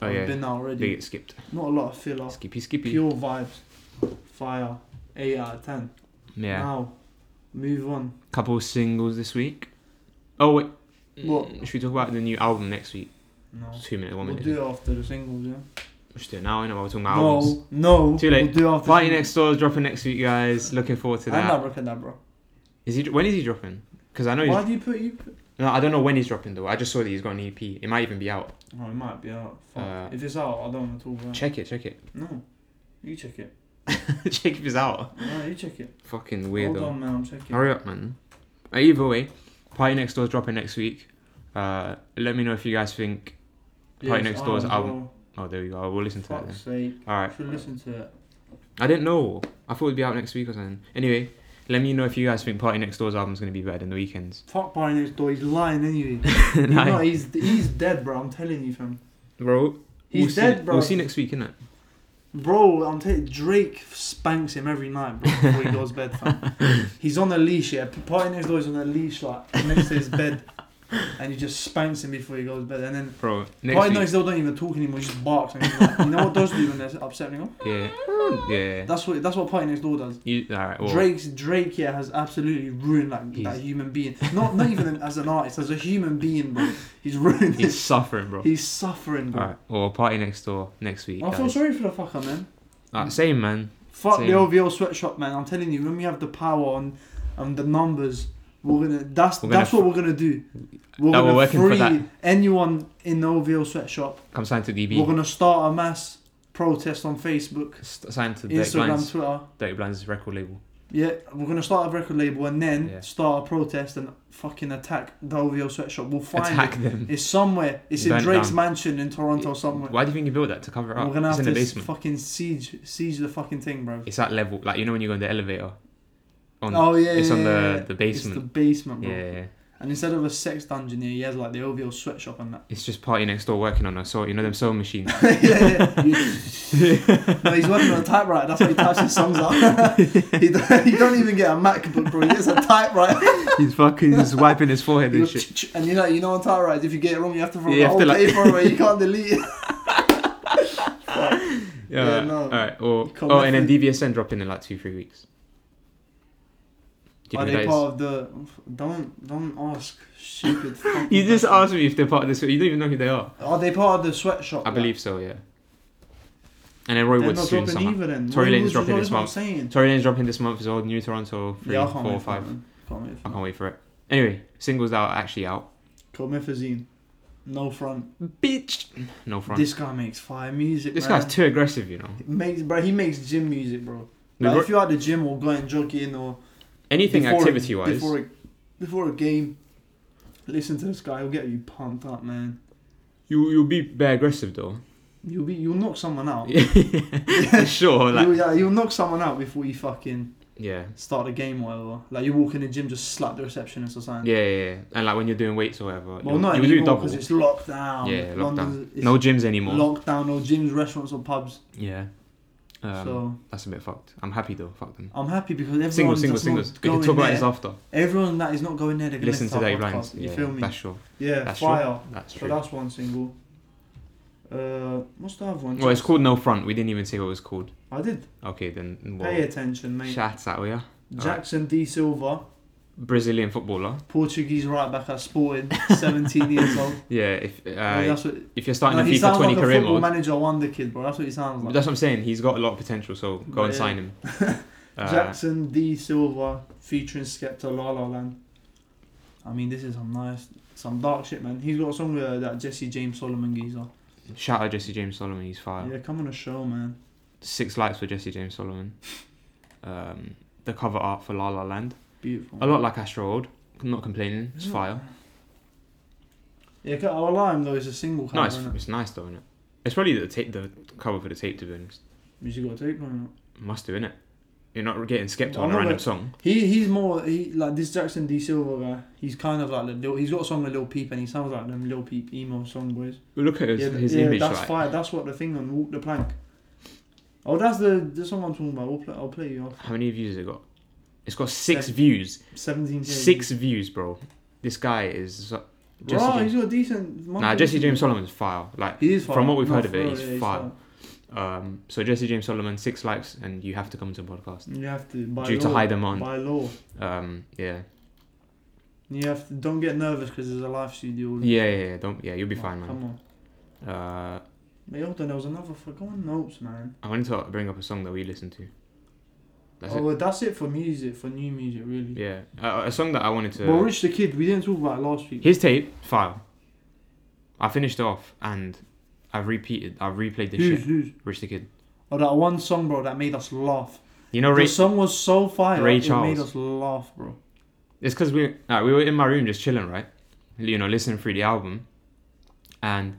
B: Oh
A: I've
B: yeah.
A: been there
B: They
A: already.
B: get skipped.
A: Not a lot of filler.
B: Skippy, skippy.
A: Pure vibes. Fire. Eight out of ten.
B: Yeah.
A: Now, move on.
B: Couple of singles this week. Oh wait.
A: What?
B: Mm, Should we talk about the new album next week?
A: No.
B: Two minute, one
A: We'll
B: minute.
A: do it after the singles, yeah.
B: Let's do it now. You know, we're talking about albums.
A: No, no.
B: Too late.
A: We'll do it after
B: Party
A: singles.
B: next door is dropping next week, guys. Looking forward to
A: And
B: that.
A: abracadabra.
B: Is he? When is he dropping? Because I know he's
A: Why do you put you? Put,
B: No, I don't know when he's dropping though. I just saw that he's got an EP. It might even be out.
A: oh, it might be out. Fuck.
B: Uh,
A: if it's out, I don't want to talk about. it.
B: Check it, check it.
A: No, you check it.
B: check if it's out.
A: No, you check it.
B: Fucking
A: Hold
B: weirdo.
A: on, man. I'm checking.
B: Hurry up, man. Uh, Either way, Party Next Door's dropping next week. Uh, let me know if you guys think. Party Next Door's
A: oh,
B: album. Oh, there you go. We'll listen to
A: Bro,
B: that then.
A: fuck's sake.
B: All right.
A: You should listen to it.
B: I didn't know. I thought it'd be out next week or something. Anyway, let me know if you guys think Party Next Door's album's gonna be better than The Weekends.
A: Fuck Party Next Door. He's lying anyway. you know, he's he's dead, bro. I'm telling you, fam.
B: Bro,
A: He's
B: we'll
A: dead,
B: see,
A: bro.
B: We'll see next week, innit?
A: Bro, I'm telling Drake spanks him every night, bro, before he goes to bed, fam. He's on a leash, yeah. Party next door is on a leash, like, next to his bed. And he just spanks him before he goes to bed. And then
B: Bro,
A: Party
B: next week.
A: next door don't even talk anymore, he just barks. And he's like, you know what does do when they're upset? You know?
B: Yeah. Yeah.
A: That's what that's what Party next door does.
B: You, all right. Well,
A: Drake's Drake yeah has absolutely ruined that,
B: He's-
A: that human being. Not not even as an artist, as a human being, bro. He's ruined. He's,
B: he's suffering, bro.
A: he's suffering, bro.
B: Alright, or party next door next week.
A: I feel
B: guys.
A: sorry for the fucker, man.
B: Alright, same man.
A: Fuck
B: Same.
A: the OVO sweatshop, man. I'm telling you, when we have the power on and the numbers, we're gonna. That's
B: We're gonna
A: that's what we're gonna do. We're
B: That we're
A: gonna
B: working for
A: free
B: that.
A: anyone in the OVO sweatshop.
B: Come sign to DB.
A: We're gonna start a mass protest on Facebook,
B: S- sign to Dirty
A: Instagram,
B: Blinds.
A: Twitter.
B: Dirty Blinds record label.
A: Yeah, we're gonna start a record label and then
B: Yeah.
A: start a protest and fucking attack the OVO sweatshop. We'll find
B: Attack
A: it.
B: them.
A: It's somewhere. It's in
B: Burn it
A: Drake's
B: down.
A: mansion in Toronto somewhere.
B: Why do you think you built that to cover it
A: Oh We're
B: up?
A: gonna
B: It's
A: have
B: in
A: to
B: the
A: s-
B: basement.
A: fucking siege siege the fucking thing, bro.
B: It's that level, like you know when you go in the elevator. On,
A: oh yeah,
B: it's
A: yeah,
B: on
A: yeah, yeah.
B: the the
A: It's the
B: basement.
A: basement, bro.
B: yeah, yeah, yeah.
A: And instead of a sex dungeon here, he has like the OVO sweatshop and that.
B: it's just party next door working on a saw. You know them sewing machines.
A: yeah, yeah. no, he's working on a typewriter. That's how he types his songs up. he, don't, he don't even get a MacBook, bro. He gets a typewriter.
B: He's fucking just wiping his forehead
A: He
B: and
A: goes
B: shit.
A: ch-ch, and you know, you know, on typewriters, if you get it wrong, you have to throw
B: Yeah,
A: the
B: you have
A: whole
B: to, like-
A: paper away. You can't delete it.
B: Yeah,
A: Yeah,
B: alright,
A: no.
B: alright, Or,
A: You can't
B: oh, and then
A: let them-
B: DVSN drop in in like two, three weeks. Do you
A: Are
B: know
A: they
B: who that
A: part of the? Don't don't ask stupid. fucking
B: is? You just
A: question.
B: asked me if they're part of this. You don't even know who they are.
A: Are they part of the sweatshop?
B: I
A: like?
B: believe so. Yeah. And then Roy
A: They're
B: Woods
A: not
B: soon
A: dropping
B: somehow.
A: either. Then
B: Tory
A: Why
B: Lane's
A: would you
B: dropping
A: know
B: this
A: what I'm
B: month.
A: saying?
B: Tory Lane's dropping this month as well. New Toronto three,
A: Yeah, I can't
B: four,
A: wait for
B: five. Uh-huh.
A: that, man. Can't wait for
B: I
A: that.
B: can't wait for it. Anyway, singles out actually out.
A: Chlormethazine. No front.
B: Bitch. No front. This,
A: This guy makes fire music. man.
B: guy's too aggressive, you know.
A: makes bro. He makes gym music, bro.
B: The
A: Like,
B: gr-
A: if you're at the gym or going jogging or
B: anything
A: before a-
B: activity wise.
A: before a, before a game, listen to this guy. He'll get you pumped up, man.
B: You you'll be very aggressive though.
A: You'll be you'll knock someone out. Oh.
B: For sure.
A: you'll,
B: Like
A: yeah, you'll knock someone out before you fucking
B: yeah.
A: start a game or whatever. Like you walk in the gym, just slap the receptionist or something.
B: Yeah, yeah, yeah. And like when you're doing weights or whatever,
A: Well,
B: you'll,
A: not
B: you'll do
A: anymore
B: double.
A: because it's locked down.
B: yeah,
A: London's-
B: lockdown.
A: it's
B: No gyms anymore.
A: lockdown or gyms, restaurants or pubs.
B: yeah. Um,
A: so
B: that's a bit fucked. I'm happy though. Fuck them.
A: I'm happy because everyone
B: Singles, singles,
A: that's not
B: singles. We
A: going
B: can talk about
A: there-
B: this after.
A: Everyone that is not going there, they're gonna
B: Listen to
A: our
B: Dirty
A: podcast,
B: Blinds.
A: You
B: yeah,
A: feel me?
B: That's sure.
A: yeah,
B: That's
A: fire.
B: true. That's
A: So
B: true.
A: that's one single. Uh, what's the other one?
B: Well, it's called No Front. We didn't even say what it was called.
A: I did.
B: Okay, then.
A: Pay
B: Well,
A: attention, mate.
B: shout out, yeah.
A: Jackson D Silva,
B: Brazilian footballer.
A: Portuguese right back at Sporting, 17 years old.
B: Yeah, if
A: Like,
B: uh,
A: that's what,
B: if you're starting
A: no,
B: a
A: he
B: FIFA
A: sounds
B: 20
A: like a
B: career
A: football
B: mode,
A: manager wonder kid, bro. That's what he sounds like.
B: that's what I'm saying. He's got a lot of potential, so go and
A: Yeah.
B: sign him. Uh,
A: Jackson D Silva featuring Skepta La La Land. I mean, this is some nice, some dark shit, man. He's got a song with uh, that Jesse James Solomon geezer.
B: Uh, Shout out Jesse James Solomon. He's fire.
A: Yeah, come on a show, man.
B: Six likes for Jesse James Solomon. Um, the cover art for La La Land.
A: Beautiful.
B: A lot like Astro World. I'm not complaining. It's fire.
A: Yeah, I will lie him though. It's a single cover.
B: No, it's,
A: innit?
B: it's nice though, is it? It's probably the tape, the cover for the tape to be honest.
A: He's got a tape on it.
B: Must do, innit? You're not getting skeptical
A: Well,
B: on
A: I'm
B: a
A: not
B: random
A: gonna-
B: song.
A: He he's more he like this Jackson D Silva guy. He's kind of like the little, he's got a song with Lil Peep and he sounds like them Lil Peep emo song boys.
B: But look at his,
A: yeah,
B: his
A: yeah,
B: image,
A: that's
B: like
A: fire. That's what the thing on Walk the Plank. Oh, that's the the song I'm talking about. I'll play, I'll play you off.
B: how many views has it got? It's got six
A: Seven.
B: views.
A: 17 days.
B: Six views, bro. This guy is. Jesse
A: Right,
B: James-
A: he's got a decent.
B: Nah, Jesse James Solomon's fire. Like
A: He is fire.
B: from what we've
A: No,
B: heard of
A: for
B: it,
A: real,
B: he's
A: yeah,
B: fire. Um, so Jesse James Solomon, six likes, and you have to come to the podcast
A: You have to by
B: due
A: law,
B: to high demand.
A: By law,
B: Um, yeah.
A: you have to. Don't get nervous because there's a live studio.
B: yeah, yeah, yeah. Don't. Yeah, you'll be
A: Oh,
B: fine, man.
A: Come on,
B: Uh,
A: mate. Hold on, there was another. For, go on, notes, man.
B: I wanted to bring up a song that we listened to. That's
A: oh,
B: it.
A: well, that's it for music, for new music, really.
B: Yeah, uh, a song that I wanted to.
A: Well, Rich the Kid, we didn't talk about it last week.
B: His tape file. I finished it off and I've repeated. I've replayed this
A: Who's
B: shit.
A: who's?
B: Rich the Kid.
A: Oh, that one song, bro, that made us laugh.
B: You know, Ray,
A: the song was so fire.
B: Ray
A: it made
B: Charles.
A: us laugh, bro.
B: it's because we uh, we were in my room just chilling, right? You know, listening through the album, and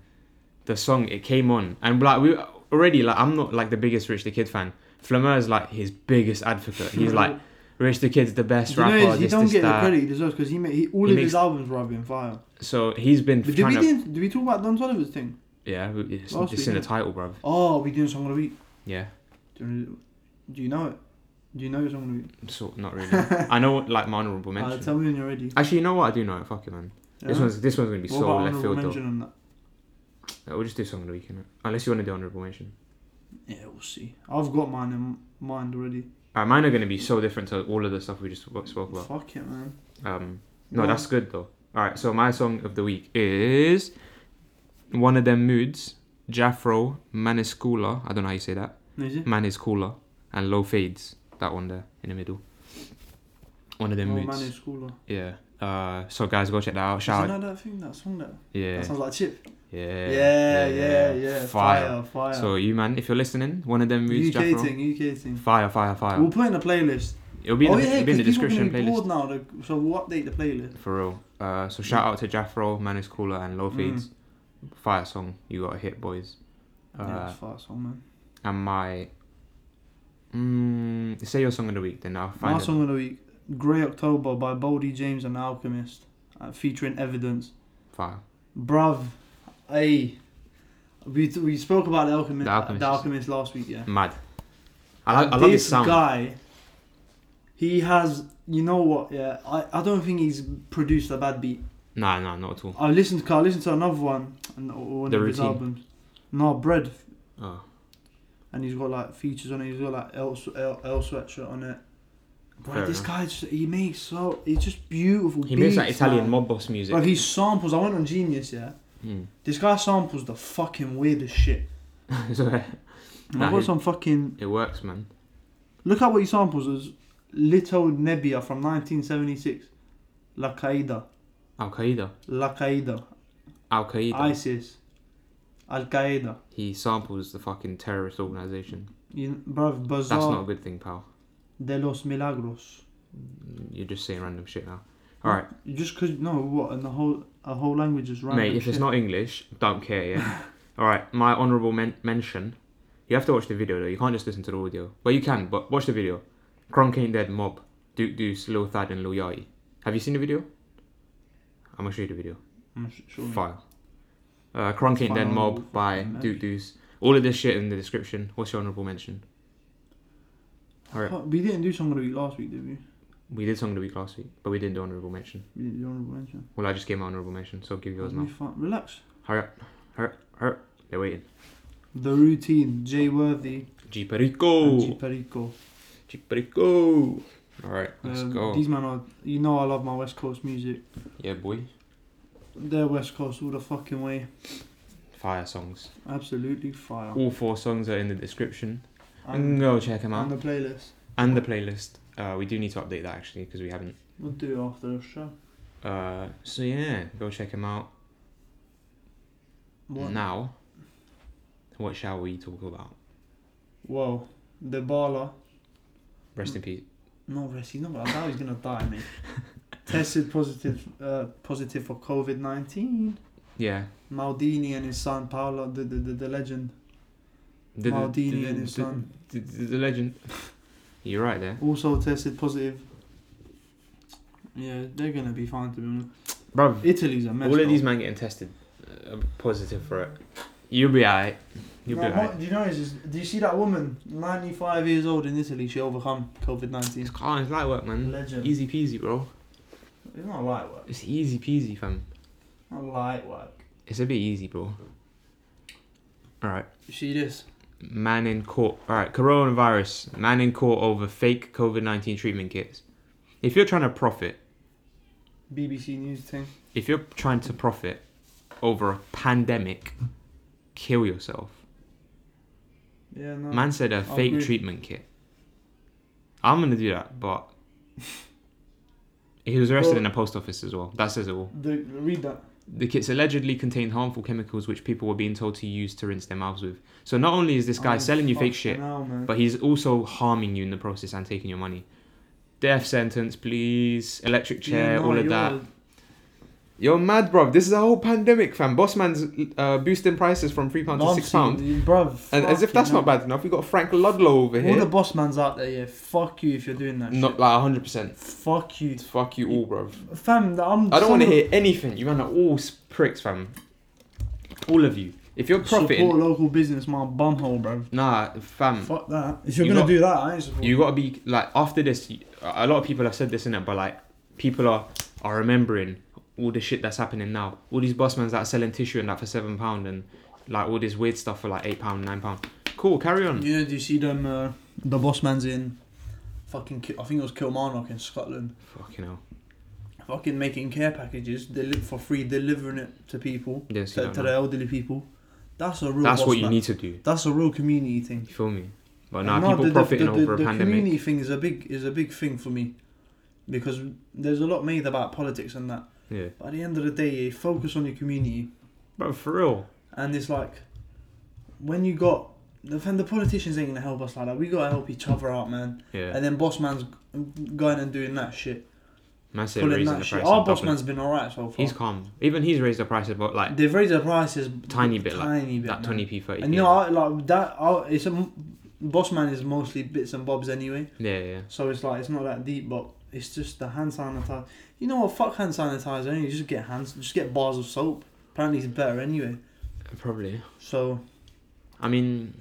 B: the song it came on, and like we already like I'm not like the biggest Rich the Kid fan. Flameur is like his biggest advocate. He's like Rich the Kid's the best
A: you know,
B: rapper.
A: is he
B: this,
A: don't
B: this,
A: get the
B: that.
A: credit he deserves because he made he, all
B: He
A: of
B: makes-
A: his albums were been fire.
B: So he's been
A: But did
B: trying
A: we
B: to.
A: did, did we talk about Don Toliver's thing?
B: Yeah, we- it's,
A: Last
B: it's in the
A: week,
B: title, bruv.
A: Oh, we doing song of the week.
B: Yeah,
A: Do you, do you know it? Do you know your song of the week?
B: so not really. I know like my honorable
A: Uh,
B: mention.
A: tell me when you're ready.
B: Actually, you know what? I do know it. Fuck it, man. This
A: Yeah?
B: one's this one's gonna be
A: what
B: so
A: about
B: left
A: honorable
B: field though.
A: mention on that?
B: Uh, We'll just do song of the week, innit? Unless you want to do honorable mention.
A: Yeah, we'll see. I've got mine in mind already.
B: Alright, mine are gonna be so different to all of the stuff we just w- spoke about.
A: Fuck it, man.
B: Um, no,
A: Go
B: that's good though. All right, so my song of the week is one of them moods. Jafro Maniscula. I don't know how you say that.
A: on. Is it?
B: Maniscula and low fades. That one there in the middle. One of them
A: oh,
B: moods.
A: man, it's cooler.
B: yeah. Uh, so guys, go check that out. Shout
A: Isn't
B: out.
A: that that thing? That song that.
B: Yeah.
A: That sounds like Chip.
B: Yeah.
A: Yeah, yeah, yeah. Fire, fire.
B: So you man, if you're listening, one of them moods.
A: UK
B: Jafro.
A: thing, UK thing.
B: Fire, fire, fire.
A: We'll put in a playlist.
B: It'll be in,
A: oh
B: the,
A: yeah,
B: it'll be in the
A: because people are
B: description
A: gonna be
B: playlist
A: bored now. though, So we'll update the playlist.
B: for real. Uh, so shout out to Jaffro, Manus Cooler, and Low
A: Mm.
B: Feeds. Fire song, you got a hit, boys. Uh,
A: yeah, it's a fast song, man.
B: And my. Mm, say your song of the week, then I'll find
A: My
B: it.
A: song of the week: "Grey October" by Boldy James and The Alchemist, uh, featuring Evidence.
B: Fire.
A: Bruv, hey, we we spoke about The Alchemist, the
B: The Alchemist.
A: Alchemist, last week, yeah.
B: Mad. I, like, I
A: And
B: love
A: this
B: his sound.
A: guy. He has, you know what? Yeah, I, I don't think he's produced a bad beat.
B: Nah, nah, not at all.
A: I listened to I listened to another one, and one
B: The
A: of his
B: Routine.
A: albums. No, Bread,
B: Oh.
A: and he's got like features on it. He's got like L, L, L sweatshirt on it.
B: Fair
A: Bro, this
B: enough.
A: guy just, he makes so he's just beautiful.
B: He makes like
A: beats,
B: Italian
A: man.
B: mob boss music.
A: Bro, he samples. I went on Genius, yeah.
B: Mm.
A: This guy samples the fucking weirdest shit.
B: It's alright.
A: And
B: Nah,
A: I got
B: he-
A: some fucking.
B: it works, man.
A: Look at what he samples as Little Nebbia from 1976, La Qaeda,
B: Al Qaeda.
A: La Qaeda,
B: Al Qaeda.
A: ISIS, Al Qaeda.
B: He samples the fucking terrorist organization.
A: You, bro,
B: That's not a
A: Bazaar
B: good thing, pal.
A: de los Milagros.
B: You're just saying random shit now. Alright,
A: Just cause no, what? And the whole a whole language is random.
B: mate, if
A: shit.
B: it's not English, don't care, yeah? Alright, my honourable men- mention. You have to watch the video, though. You can't just listen to the audio. Well, you can, but watch the video. Kronk Ain't Dead Mob, Duke Deuce, Lil Thad, and Lil Yachty. Have you seen the video? I'm gonna show you the video.
A: I'm Mm, sh- sure.
B: File. Uh, Kronk Ain't Dead
A: Fire
B: Mob by
A: fucking
B: Duke
A: mention.
B: Deuce. All of this shit in the description. What's your honourable mention? Alright,
A: Fuck, We didn't do song of the week last week, did we?
B: we did Song of the Week last week, but we didn't do honourable mention.
A: We didn't do honorable mention.
B: Well, I just gave my honourable mention, so give yours
A: Let me
B: now.
A: fi- Relax.
B: Hurry up, hurry up, hurry up. They're waiting.
A: The routine. Jay Worthy.
B: G
A: And G
B: Perico!
A: Perico.
B: G Perico! Alright, let's
A: Um,
B: go.
A: These men are. You know I love my West Coast music.
B: Yeah, boy.
A: They're West Coast all the fucking way.
B: Fire songs.
A: Absolutely fire.
B: All four songs are in the description.
A: And,
B: go check them
A: and
B: out.
A: the playlist.
B: And the playlist. Uh, we do need to update that actually, because we haven't.
A: We'll do it after the show.
B: Uh, so yeah, go check them out.
A: What?
B: Now, what shall we talk about?
A: Whoa. The baller.
B: Rest
A: Hmm.
B: in peace.
A: No, rest. He's not gonna die. He's gonna die, mate. Tested positive, uh, positive for COVID nineteen.
B: Yeah.
A: Maldini and his son Paolo, the the, the, the legend.
B: The,
A: Maldini and his son.
B: The, the- the legend. You're right there.
A: Also tested positive. Yeah, they're gonna be fine to be honest.
B: Bruv,
A: Italy's a mess.
B: All of
A: though.
B: these men getting tested uh, positive for it. You'll be alright. You'll
A: No,
B: be alright.
A: what- do you know is, is do you see that woman, ninety five years old in Italy? She overcome COVID nineteen.
B: It's calm, it's light work, man.
A: Legend.
B: Easy peasy, bro.
A: It's not light work.
B: It's easy peasy, fam.
A: Not light work.
B: It's a bit easy, bro. Alright.
A: She this.
B: Man in court. Alright, coronavirus. Man in court over fake COVID 19 treatment kits. If you're trying to profit,
A: BBC News thing.
B: if you're trying to profit over a pandemic, kill yourself.
A: Yeah, no.
B: Man said a
A: Mm. I
B: fake
A: agree.
B: treatment kit. I'm gonna do that, but he was arrested
A: Well-
B: in a post office as well. That says it all.
A: The read that.
B: The kits allegedly contained harmful chemicals which people were being told to use to rinse their mouths with. So not only is this guy
A: Oh,
B: selling you
A: fucking
B: fake shit,
A: hell, man.
B: but he's also harming you in the process and taking your money. Death sentence, please. Electric chair,
A: Yeah, no,
B: all of
A: you're
B: that. You're mad, bro. This is a whole pandemic, fam. Bossman's uh, boosting prices from three pounds to six pounds,
A: Nonsense, bruv,
B: and as if
A: fucking
B: that's
A: hell.
B: not bad enough, we got Frank Ludlow over here.
A: All the boss man's out there, yeah. Fuck you if you're doing that.
B: Not
A: shit.
B: like hundred percent.
A: Fuck you,
B: Fuck you all, bro.
A: fam. I'm.
B: I don't want to
A: someone-
B: hear anything. You man are all s- pricks, fam. All of you. If you're
A: Support
B: profiting,
A: local business, my bumhole, bro.
B: nah, fam.
A: Fuck that. If you're
B: Mm. You
A: gonna
B: got-
A: do that, I ain't supporting.
B: You gotta be like after this. y- A lot of people have said this in it, but like people are are remembering all the shit that's happening now. All these bossmans that are selling tissue and that for seven pound and like all this weird stuff for like eight pound, nine pound. Cool, carry on.
A: You know, do you see them? Uh, the boss man's in. Fucking, Ki- I think it was Kilmarnock in Scotland.
B: Fucking hell.
A: Fucking making care packages deli- for free, delivering it to people,
B: Didn't see
A: to,
B: that,
A: to
B: no.
A: the elderly people. That's a real.
B: That's
A: boss
B: what you
A: man.
B: need to do.
A: That's a real community thing.
B: You feel me? But
A: And
B: nah,
A: no,
B: people
A: the- the-
B: profiting
A: the,
B: over
A: the
B: a pandemic.
A: community thing is a big is a big thing for me because there's a lot made about politics and that.
B: Yeah,
A: But at the end of the day, you focus on your community,
B: bro, for real.
A: and it's like when you got the, the politicians ain't gonna help us like that. We gotta help each other out, man.
B: Yeah.
A: And then boss man's going and doing that shit.
B: Man said
A: Pulling
B: raising the
A: that shit.
B: price.
A: Our
B: and
A: boss
B: doubling-
A: man's been alright so far.
B: He's calm. Even he's raised the prices, but like
A: They've raised the prices
B: Tiny bit, like,
A: tiny bit,
B: that
A: man.
B: twenty p thirty.
A: And you know, I, like that. I, it's a m- boss man is mostly bits and bobs anyway,
B: yeah, yeah.
A: so it's like it's not that deep, but it's just the hand sanitizer. You know what? Fuck hand sanitizer. Anyway. You just get hands, just get bars of soap. Apparently, it's better anyway.
B: Probably.
A: So
B: I mean,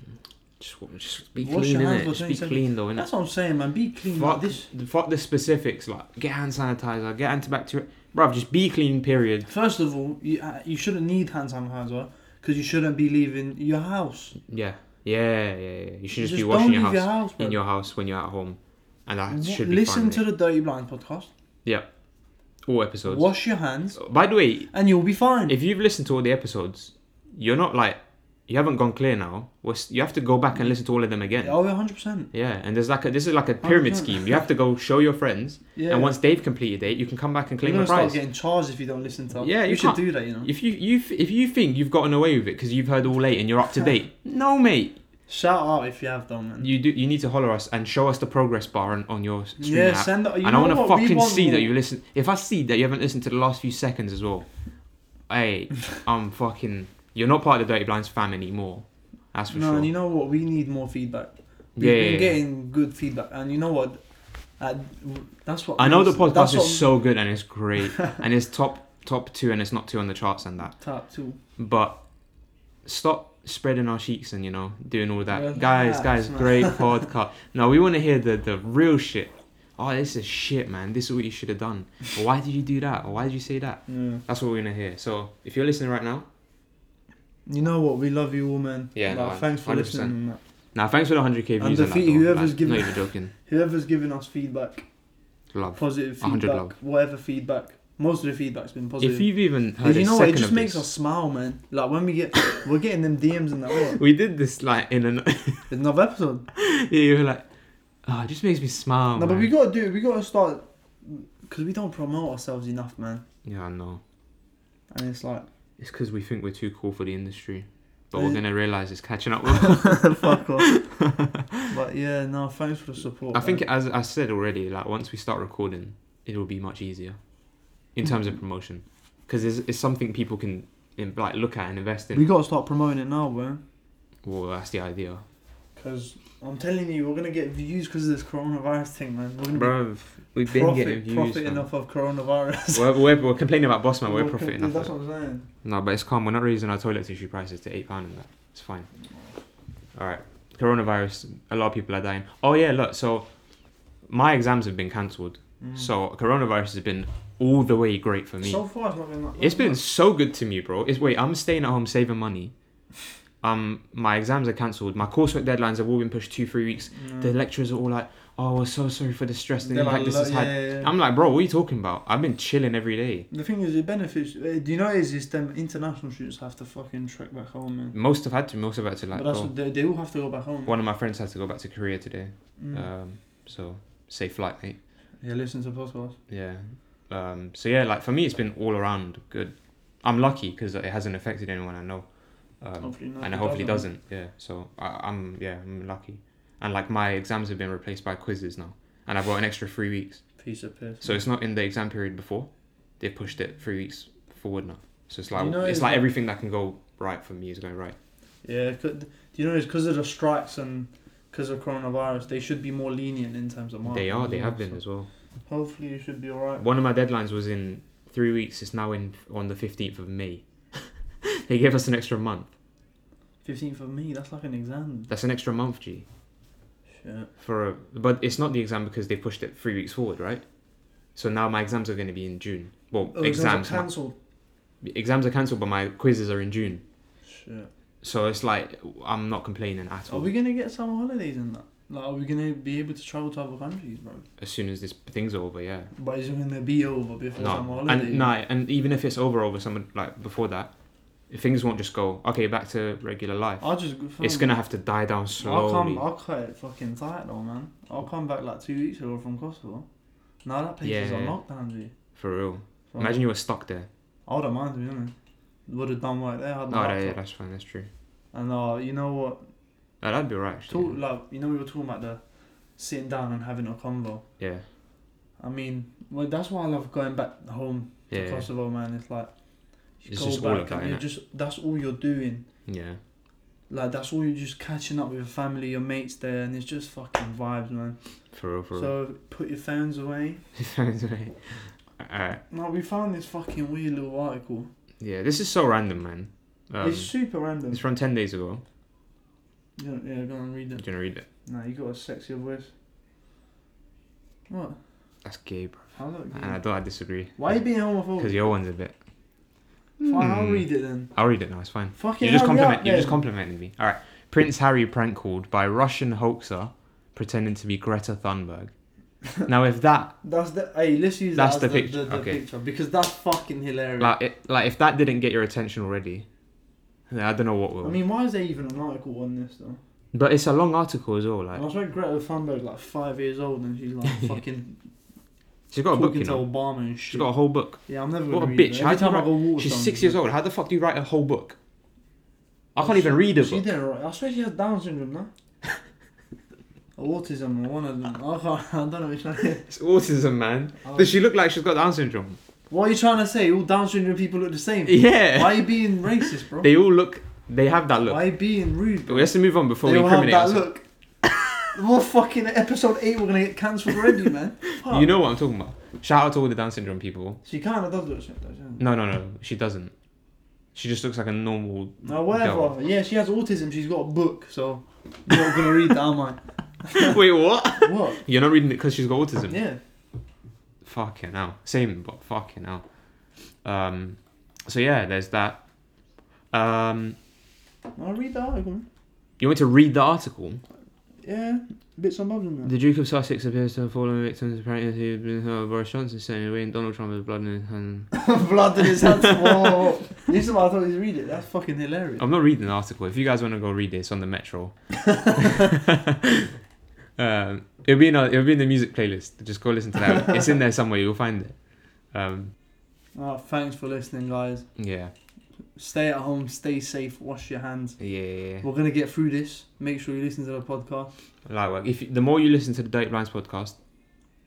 B: just just be
A: Wash
B: clean,
A: your hands
B: innit?
A: for
B: Just
A: 20
B: be
A: seconds.
B: clean though, innit?
A: that's what I'm saying, man. Be clean.
B: Fuck,
A: Like this.
B: the- fuck the specifics. Like get hand sanitizer, get antibacterial. Bruv, just be clean. Period.
A: First of all, you uh, you shouldn't need hand sanitizer because you shouldn't be leaving your house.
B: Yeah, yeah, yeah. yeah. You should just, be
A: Just
B: washing
A: don't
B: your house,
A: leave your house, bro.
B: in your house when you're at home, and that
A: Wa-
B: should be
A: Listen
B: fine,
A: to
B: mate.
A: the Dirty Blind podcast.
B: all episodes.
A: Wash your hands,
B: By the way,
A: and you'll be fine.
B: if you've listened to all the episodes, you're not like you haven't gone clear now. What's- You have to go back and listen to all of them again.
A: oh, 100. percent
B: Yeah, and there's like a, this is like a pyramid
A: 100%.
B: scheme. You have to go show your friends,
A: Yeah.
B: and once they've completed it, you can come back and claim
A: You're
B: the
A: gonna start
B: prize.
A: getting charged if you don't listen to.
B: Yeah,
A: you
B: you
A: should
B: can't-
A: do that. You know.
B: If you you f- if you think you've gotten away with it because you've heard all eight and you're up to date, no mate,
A: Shout out if you have done, man.
B: you do you need to holler us and show us the progress bar on, on your stream
A: yeah,
B: app.
A: send. You
B: and I
A: know
B: want to
A: what? We
B: fucking
A: want
B: see that
A: more.
B: you listen. If I see that you haven't listened to the last few seconds as well, hey, I'm fucking. You're not part of the Dirty Blinds fam anymore. That's for
A: No,
B: sure.
A: and you know what? We need more feedback. We've
B: yeah,
A: been
B: yeah, yeah.
A: getting good feedback, and you know what? Uh, that's what
B: I know the
A: that's
B: podcast
A: what-
B: is so good and it's great and it's top top two and it's not two on the charts and that.
A: top two.
B: But stop spreading our cheeks and you know doing all that,
A: Yeah,
B: guys.
A: that's
B: Guys,
A: nice.
B: great podcast. No, we want to hear the the real shit. Oh, this is shit, man. This is what you should have done. Why did you do that? Or why did you say that?
A: Yeah.
B: That's what we're gonna hear. So if you're listening right now,
A: You know what? We love you all, man.
B: Yeah,
A: Like,
B: no,
A: thanks for
B: 100%.
A: listening. And that.
B: now thanks for the 100k views.
A: And
B: on
A: the
B: that,
A: feet-
B: though.
A: whoever's
B: Like,
A: given-
B: Not even joking.
A: Whoever's given us feedback,
B: Love.
A: positive
B: 100
A: feedback,
B: love.
A: whatever feedback, most of the feedback's been positive.
B: If you've even
A: And
B: heard
A: you
B: a
A: know what?
B: second
A: It just
B: of
A: makes
B: this-
A: us smile, man. Like when we get, we're getting them DMs and that. Way.
B: We did this like in an
A: Another episode.
B: yeah, you were like, oh, it just makes me smile.
A: no, but
B: man."
A: we gotta do. We gotta start because we don't promote ourselves enough, man.
B: Yeah, I know.
A: And it's like,
B: It's because we think we're too cool for the industry, but
A: Uh,
B: we're gonna realize it's catching up. with
A: fuck off. But yeah, no, thanks for the support.
B: I think,
A: man.
B: as I said already, like once we start recording, it'll be much easier in terms of promotion, because it's, it's something people can in, like look at and invest
A: we
B: in.
A: gotta start promoting it now, man.
B: Well, that's the idea,
A: Because I'm telling you, we're gonna get views because of this coronavirus thing, man. We're gonna
B: bro.
A: be
B: We've been
A: profit,
B: getting views.
A: profiting
B: man.
A: off of coronavirus.
B: We're, we're, we're complaining about boss man. We're
A: Well,
B: profiting
A: That's
B: off.
A: what
B: of it.
A: I'm saying.
B: No, but it's calm. We're not raising our toilet tissue prices to eight pound and that. It's fine. All right. Coronavirus. A lot of people are dying. Oh yeah, look. So my exams have been cancelled.
A: Mm.
B: So coronavirus has been all the way great for me.
A: So far, it's not been that.
B: it's been so good to me, bro. It's wait. I'm staying at home, saving money. Um, my exams are cancelled. My coursework deadlines have all been pushed two, three weeks. The lecturers are all like, "Oh, we're so sorry for the stress and the
A: mm. They're
B: impact
A: like,
B: this has
A: "Look,
B: had."
A: yeah, yeah, yeah.
B: I'm like, bro, what are you talking about? I've been chilling every day.
A: The thing is, it benefits. Uh, do you know what it is? It's them international students have to fucking trek back home, man.
B: Most have had to. Most have had to Mm, like.
A: but that's
B: go.
A: what they, they all have to go back home.
B: One of my friends had to go back to Korea today.
A: Mm.
B: Um, so safe flight, mate.
A: yeah, listen to podcast.
B: Yeah. Um, so yeah, like for me, it's been all around good. I'm lucky because it hasn't affected anyone I know, um,
A: hopefully not.
B: and it hopefully doesn't. Yeah. So I, I'm yeah I'm lucky, and like my exams have been replaced by quizzes now, and I've got an extra three weeks.
A: Piece of piss.
B: So it's not in the exam period before. They pushed it three weeks forward now. So it's like
A: You know,
B: it's
A: it's
B: like
A: like-
B: everything that can go right for me is going right.
A: Yeah, c- do you know it's because of the strikes and because of coronavirus, they should be more lenient in terms of marking.
B: They are.
A: as
B: They
A: well,
B: have been
A: so
B: as well.
A: Hopefully, you should be alright.
B: One of my deadlines was in three weeks. It's now in on the fifteenth of May. they gave us an extra month.
A: Fifteenth of May, that's like an exam.
B: That's an extra month, G.
A: Shit.
B: For a, but it's not the exam because they pushed it three weeks forward, right? So now my exams are going to be in June. Well,
A: Oh,
B: exams
A: exams are
B: my-
A: cancelled.
B: exams are cancelled, but my quizzes are in June.
A: Shit.
B: So it's like I'm not complaining at
A: Are
B: all.
A: we gonna get summer holidays in that? Like, are we gonna be able to travel to other countries, bro?
B: As soon as this thing's over, yeah.
A: But is it gonna be over before summer
B: No,
A: holidays?
B: and no, and even if it's over over someone like before that, things won't just go okay back to regular life.
A: I'll just go.
B: It's gonna have to die down
A: I'll
B: slowly.
A: come. I'll cut it fucking tight though, man. I'll come back like two weeks ago from Kosovo. Now that place is on
B: Yeah.
A: lockdown, G.
B: For real.
A: So
B: Imagine you were stuck there.
A: I wouldn't mind to be honest. Would have done right there. Had
B: Oh,
A: my
B: no, yeah,
A: laptop.
B: that's fine. That's true.
A: And uh, you know what?
B: No, that'd be alright. Actually.
A: Talk, like you know we were talking about the sitting down and having a convo.
B: Yeah.
A: I mean, well, that's why I love going back home to
B: Yeah. Yeah.
A: Kosovo, man. It's like you
B: It's
A: go
B: just all of
A: back
B: that,
A: and you
B: innit?
A: just that's all you're doing.
B: yeah.
A: Like that's all you're just catching up with your family, your mates there, and it's just fucking vibes, man.
B: For real, for real.
A: So put your phones away.
B: Alright.
A: Now we found this fucking weird little article.
B: Yeah, this is so random, man. Um,
A: it's super random.
B: it's from 10 days ago.
A: Yeah, yeah, go and read
B: Do you want
A: it.
B: to read it?
A: Nah, you got a sexier voice. What?
B: That's gay, bro.
A: How look?
B: And I don't I disagree.
A: Why are you being
B: Because
A: homophobic?
B: your one's a bit.
A: Fine, I'll
B: Hmm.
A: read it then.
B: I'll read it now. It's fine.
A: Fucking
B: You just
A: hurry
B: compliment.
A: up
B: You just
A: then.
B: complimented me. All right. Prince Harry prank called by Russian hoaxer pretending to be Greta Thunberg. now, if that
A: That's the hey. Let's use
B: That's
A: that
B: the
A: as the,
B: picture,
A: The, the
B: okay.
A: picture because that's fucking hilarious.
B: like it, like if that didn't get your attention already, then I don't know what
A: I
B: will.
A: mean, why is there even an article on this though?
B: but it's a long article as well. Like
A: I was like Greta Thunberg, like five years old, and she's like fucking
B: she's got a book.
A: talking
B: You
A: to
B: know?
A: Obama and
B: She's
A: shit.
B: got a whole book.
A: yeah, I'm never
B: What
A: gonna
B: a
A: read it.
B: bitch. How
A: Every
B: do
A: time
B: you
A: I
B: write-
A: go water
B: She's
A: down,
B: six
A: she's
B: years
A: like-
B: old. How the fuck do you write a whole book? I
A: Oh,
B: can't even
A: she-
B: read a
A: She
B: book.
A: didn't write. I swear she has Down syndrome, no? Or Autism, or one of them. I, can't, I don't know which one. it is.
B: It's autism, man.
A: Oh.
B: Does she look like she's got Down syndrome?
A: What are you trying to say? All Down syndrome people look the same.
B: Yeah.
A: Why are you being racist, bro?
B: They all look. They have that look.
A: Why are you being rude,
B: But
A: bro?
B: we have to move on before
A: They
B: we
A: all have
B: incriminate
A: that
B: ourselves.
A: look. We're fucking at episode eight. We're gonna get cancelled already, man. Fuck.
B: You know what I'm talking about. Shout out to all the Down syndrome people.
A: She kind of does look shit, though, doesn't she?
B: No, no, no. She doesn't. She just looks like a normal.
A: No, whatever.
B: girl.
A: Yeah, she has autism. She's got a book, so I'm not gonna read that, am I?
B: Wait, what?
A: What?
B: You're not reading it because she's got autism.
A: Yeah.
B: Fucking hell. Same, but fucking hell. Um. So yeah, there's that. Um.
A: I'll read the article.
B: You want to read the article?
A: Yeah, bits and bobs in there.
B: The Duke of Sussex appears to have fallen victim to apparently uh, Boris Johnson saying away in Donald Trump with blood in his hand.
A: Blood in his hands. Whoa. whoa. This is why I thought he'd read it. That's fucking hilarious.
B: I'm not reading an article. If you guys want to go read this on the Metro, um, it'll be in our, it'll be in the music playlist. Just go listen to that. it's in there somewhere. You'll find it. Um,
A: Oh, thanks for listening, guys.
B: yeah,
A: Stay at home. Stay safe. Wash your hands.
B: yeah, yeah. yeah.
A: We're gonna get through this. Make sure you listen to the podcast.
B: Like work. If you- the more you listen to the Dirty Blinds podcast,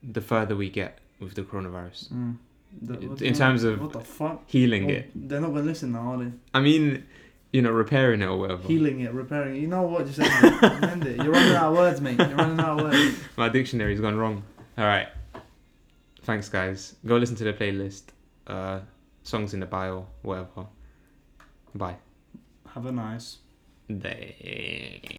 B: the further we get with the coronavirus
A: Mm. The-
B: In-
A: what
B: in
A: the-
B: terms of
A: what the fuck,
B: healing
A: Oh,
B: it.
A: they're not gonna listen now, are they?
B: I mean, you know, repairing it or whatever.
A: Healing it, repairing it. You know what? Just end it. end it. You're running out of words, mate. You're running out of words.
B: My dictionary's gone wrong. All right. Thanks, guys. Go listen to the playlist. Uh, songs in the bio, whatever. Bye.
A: Have a nice
B: They...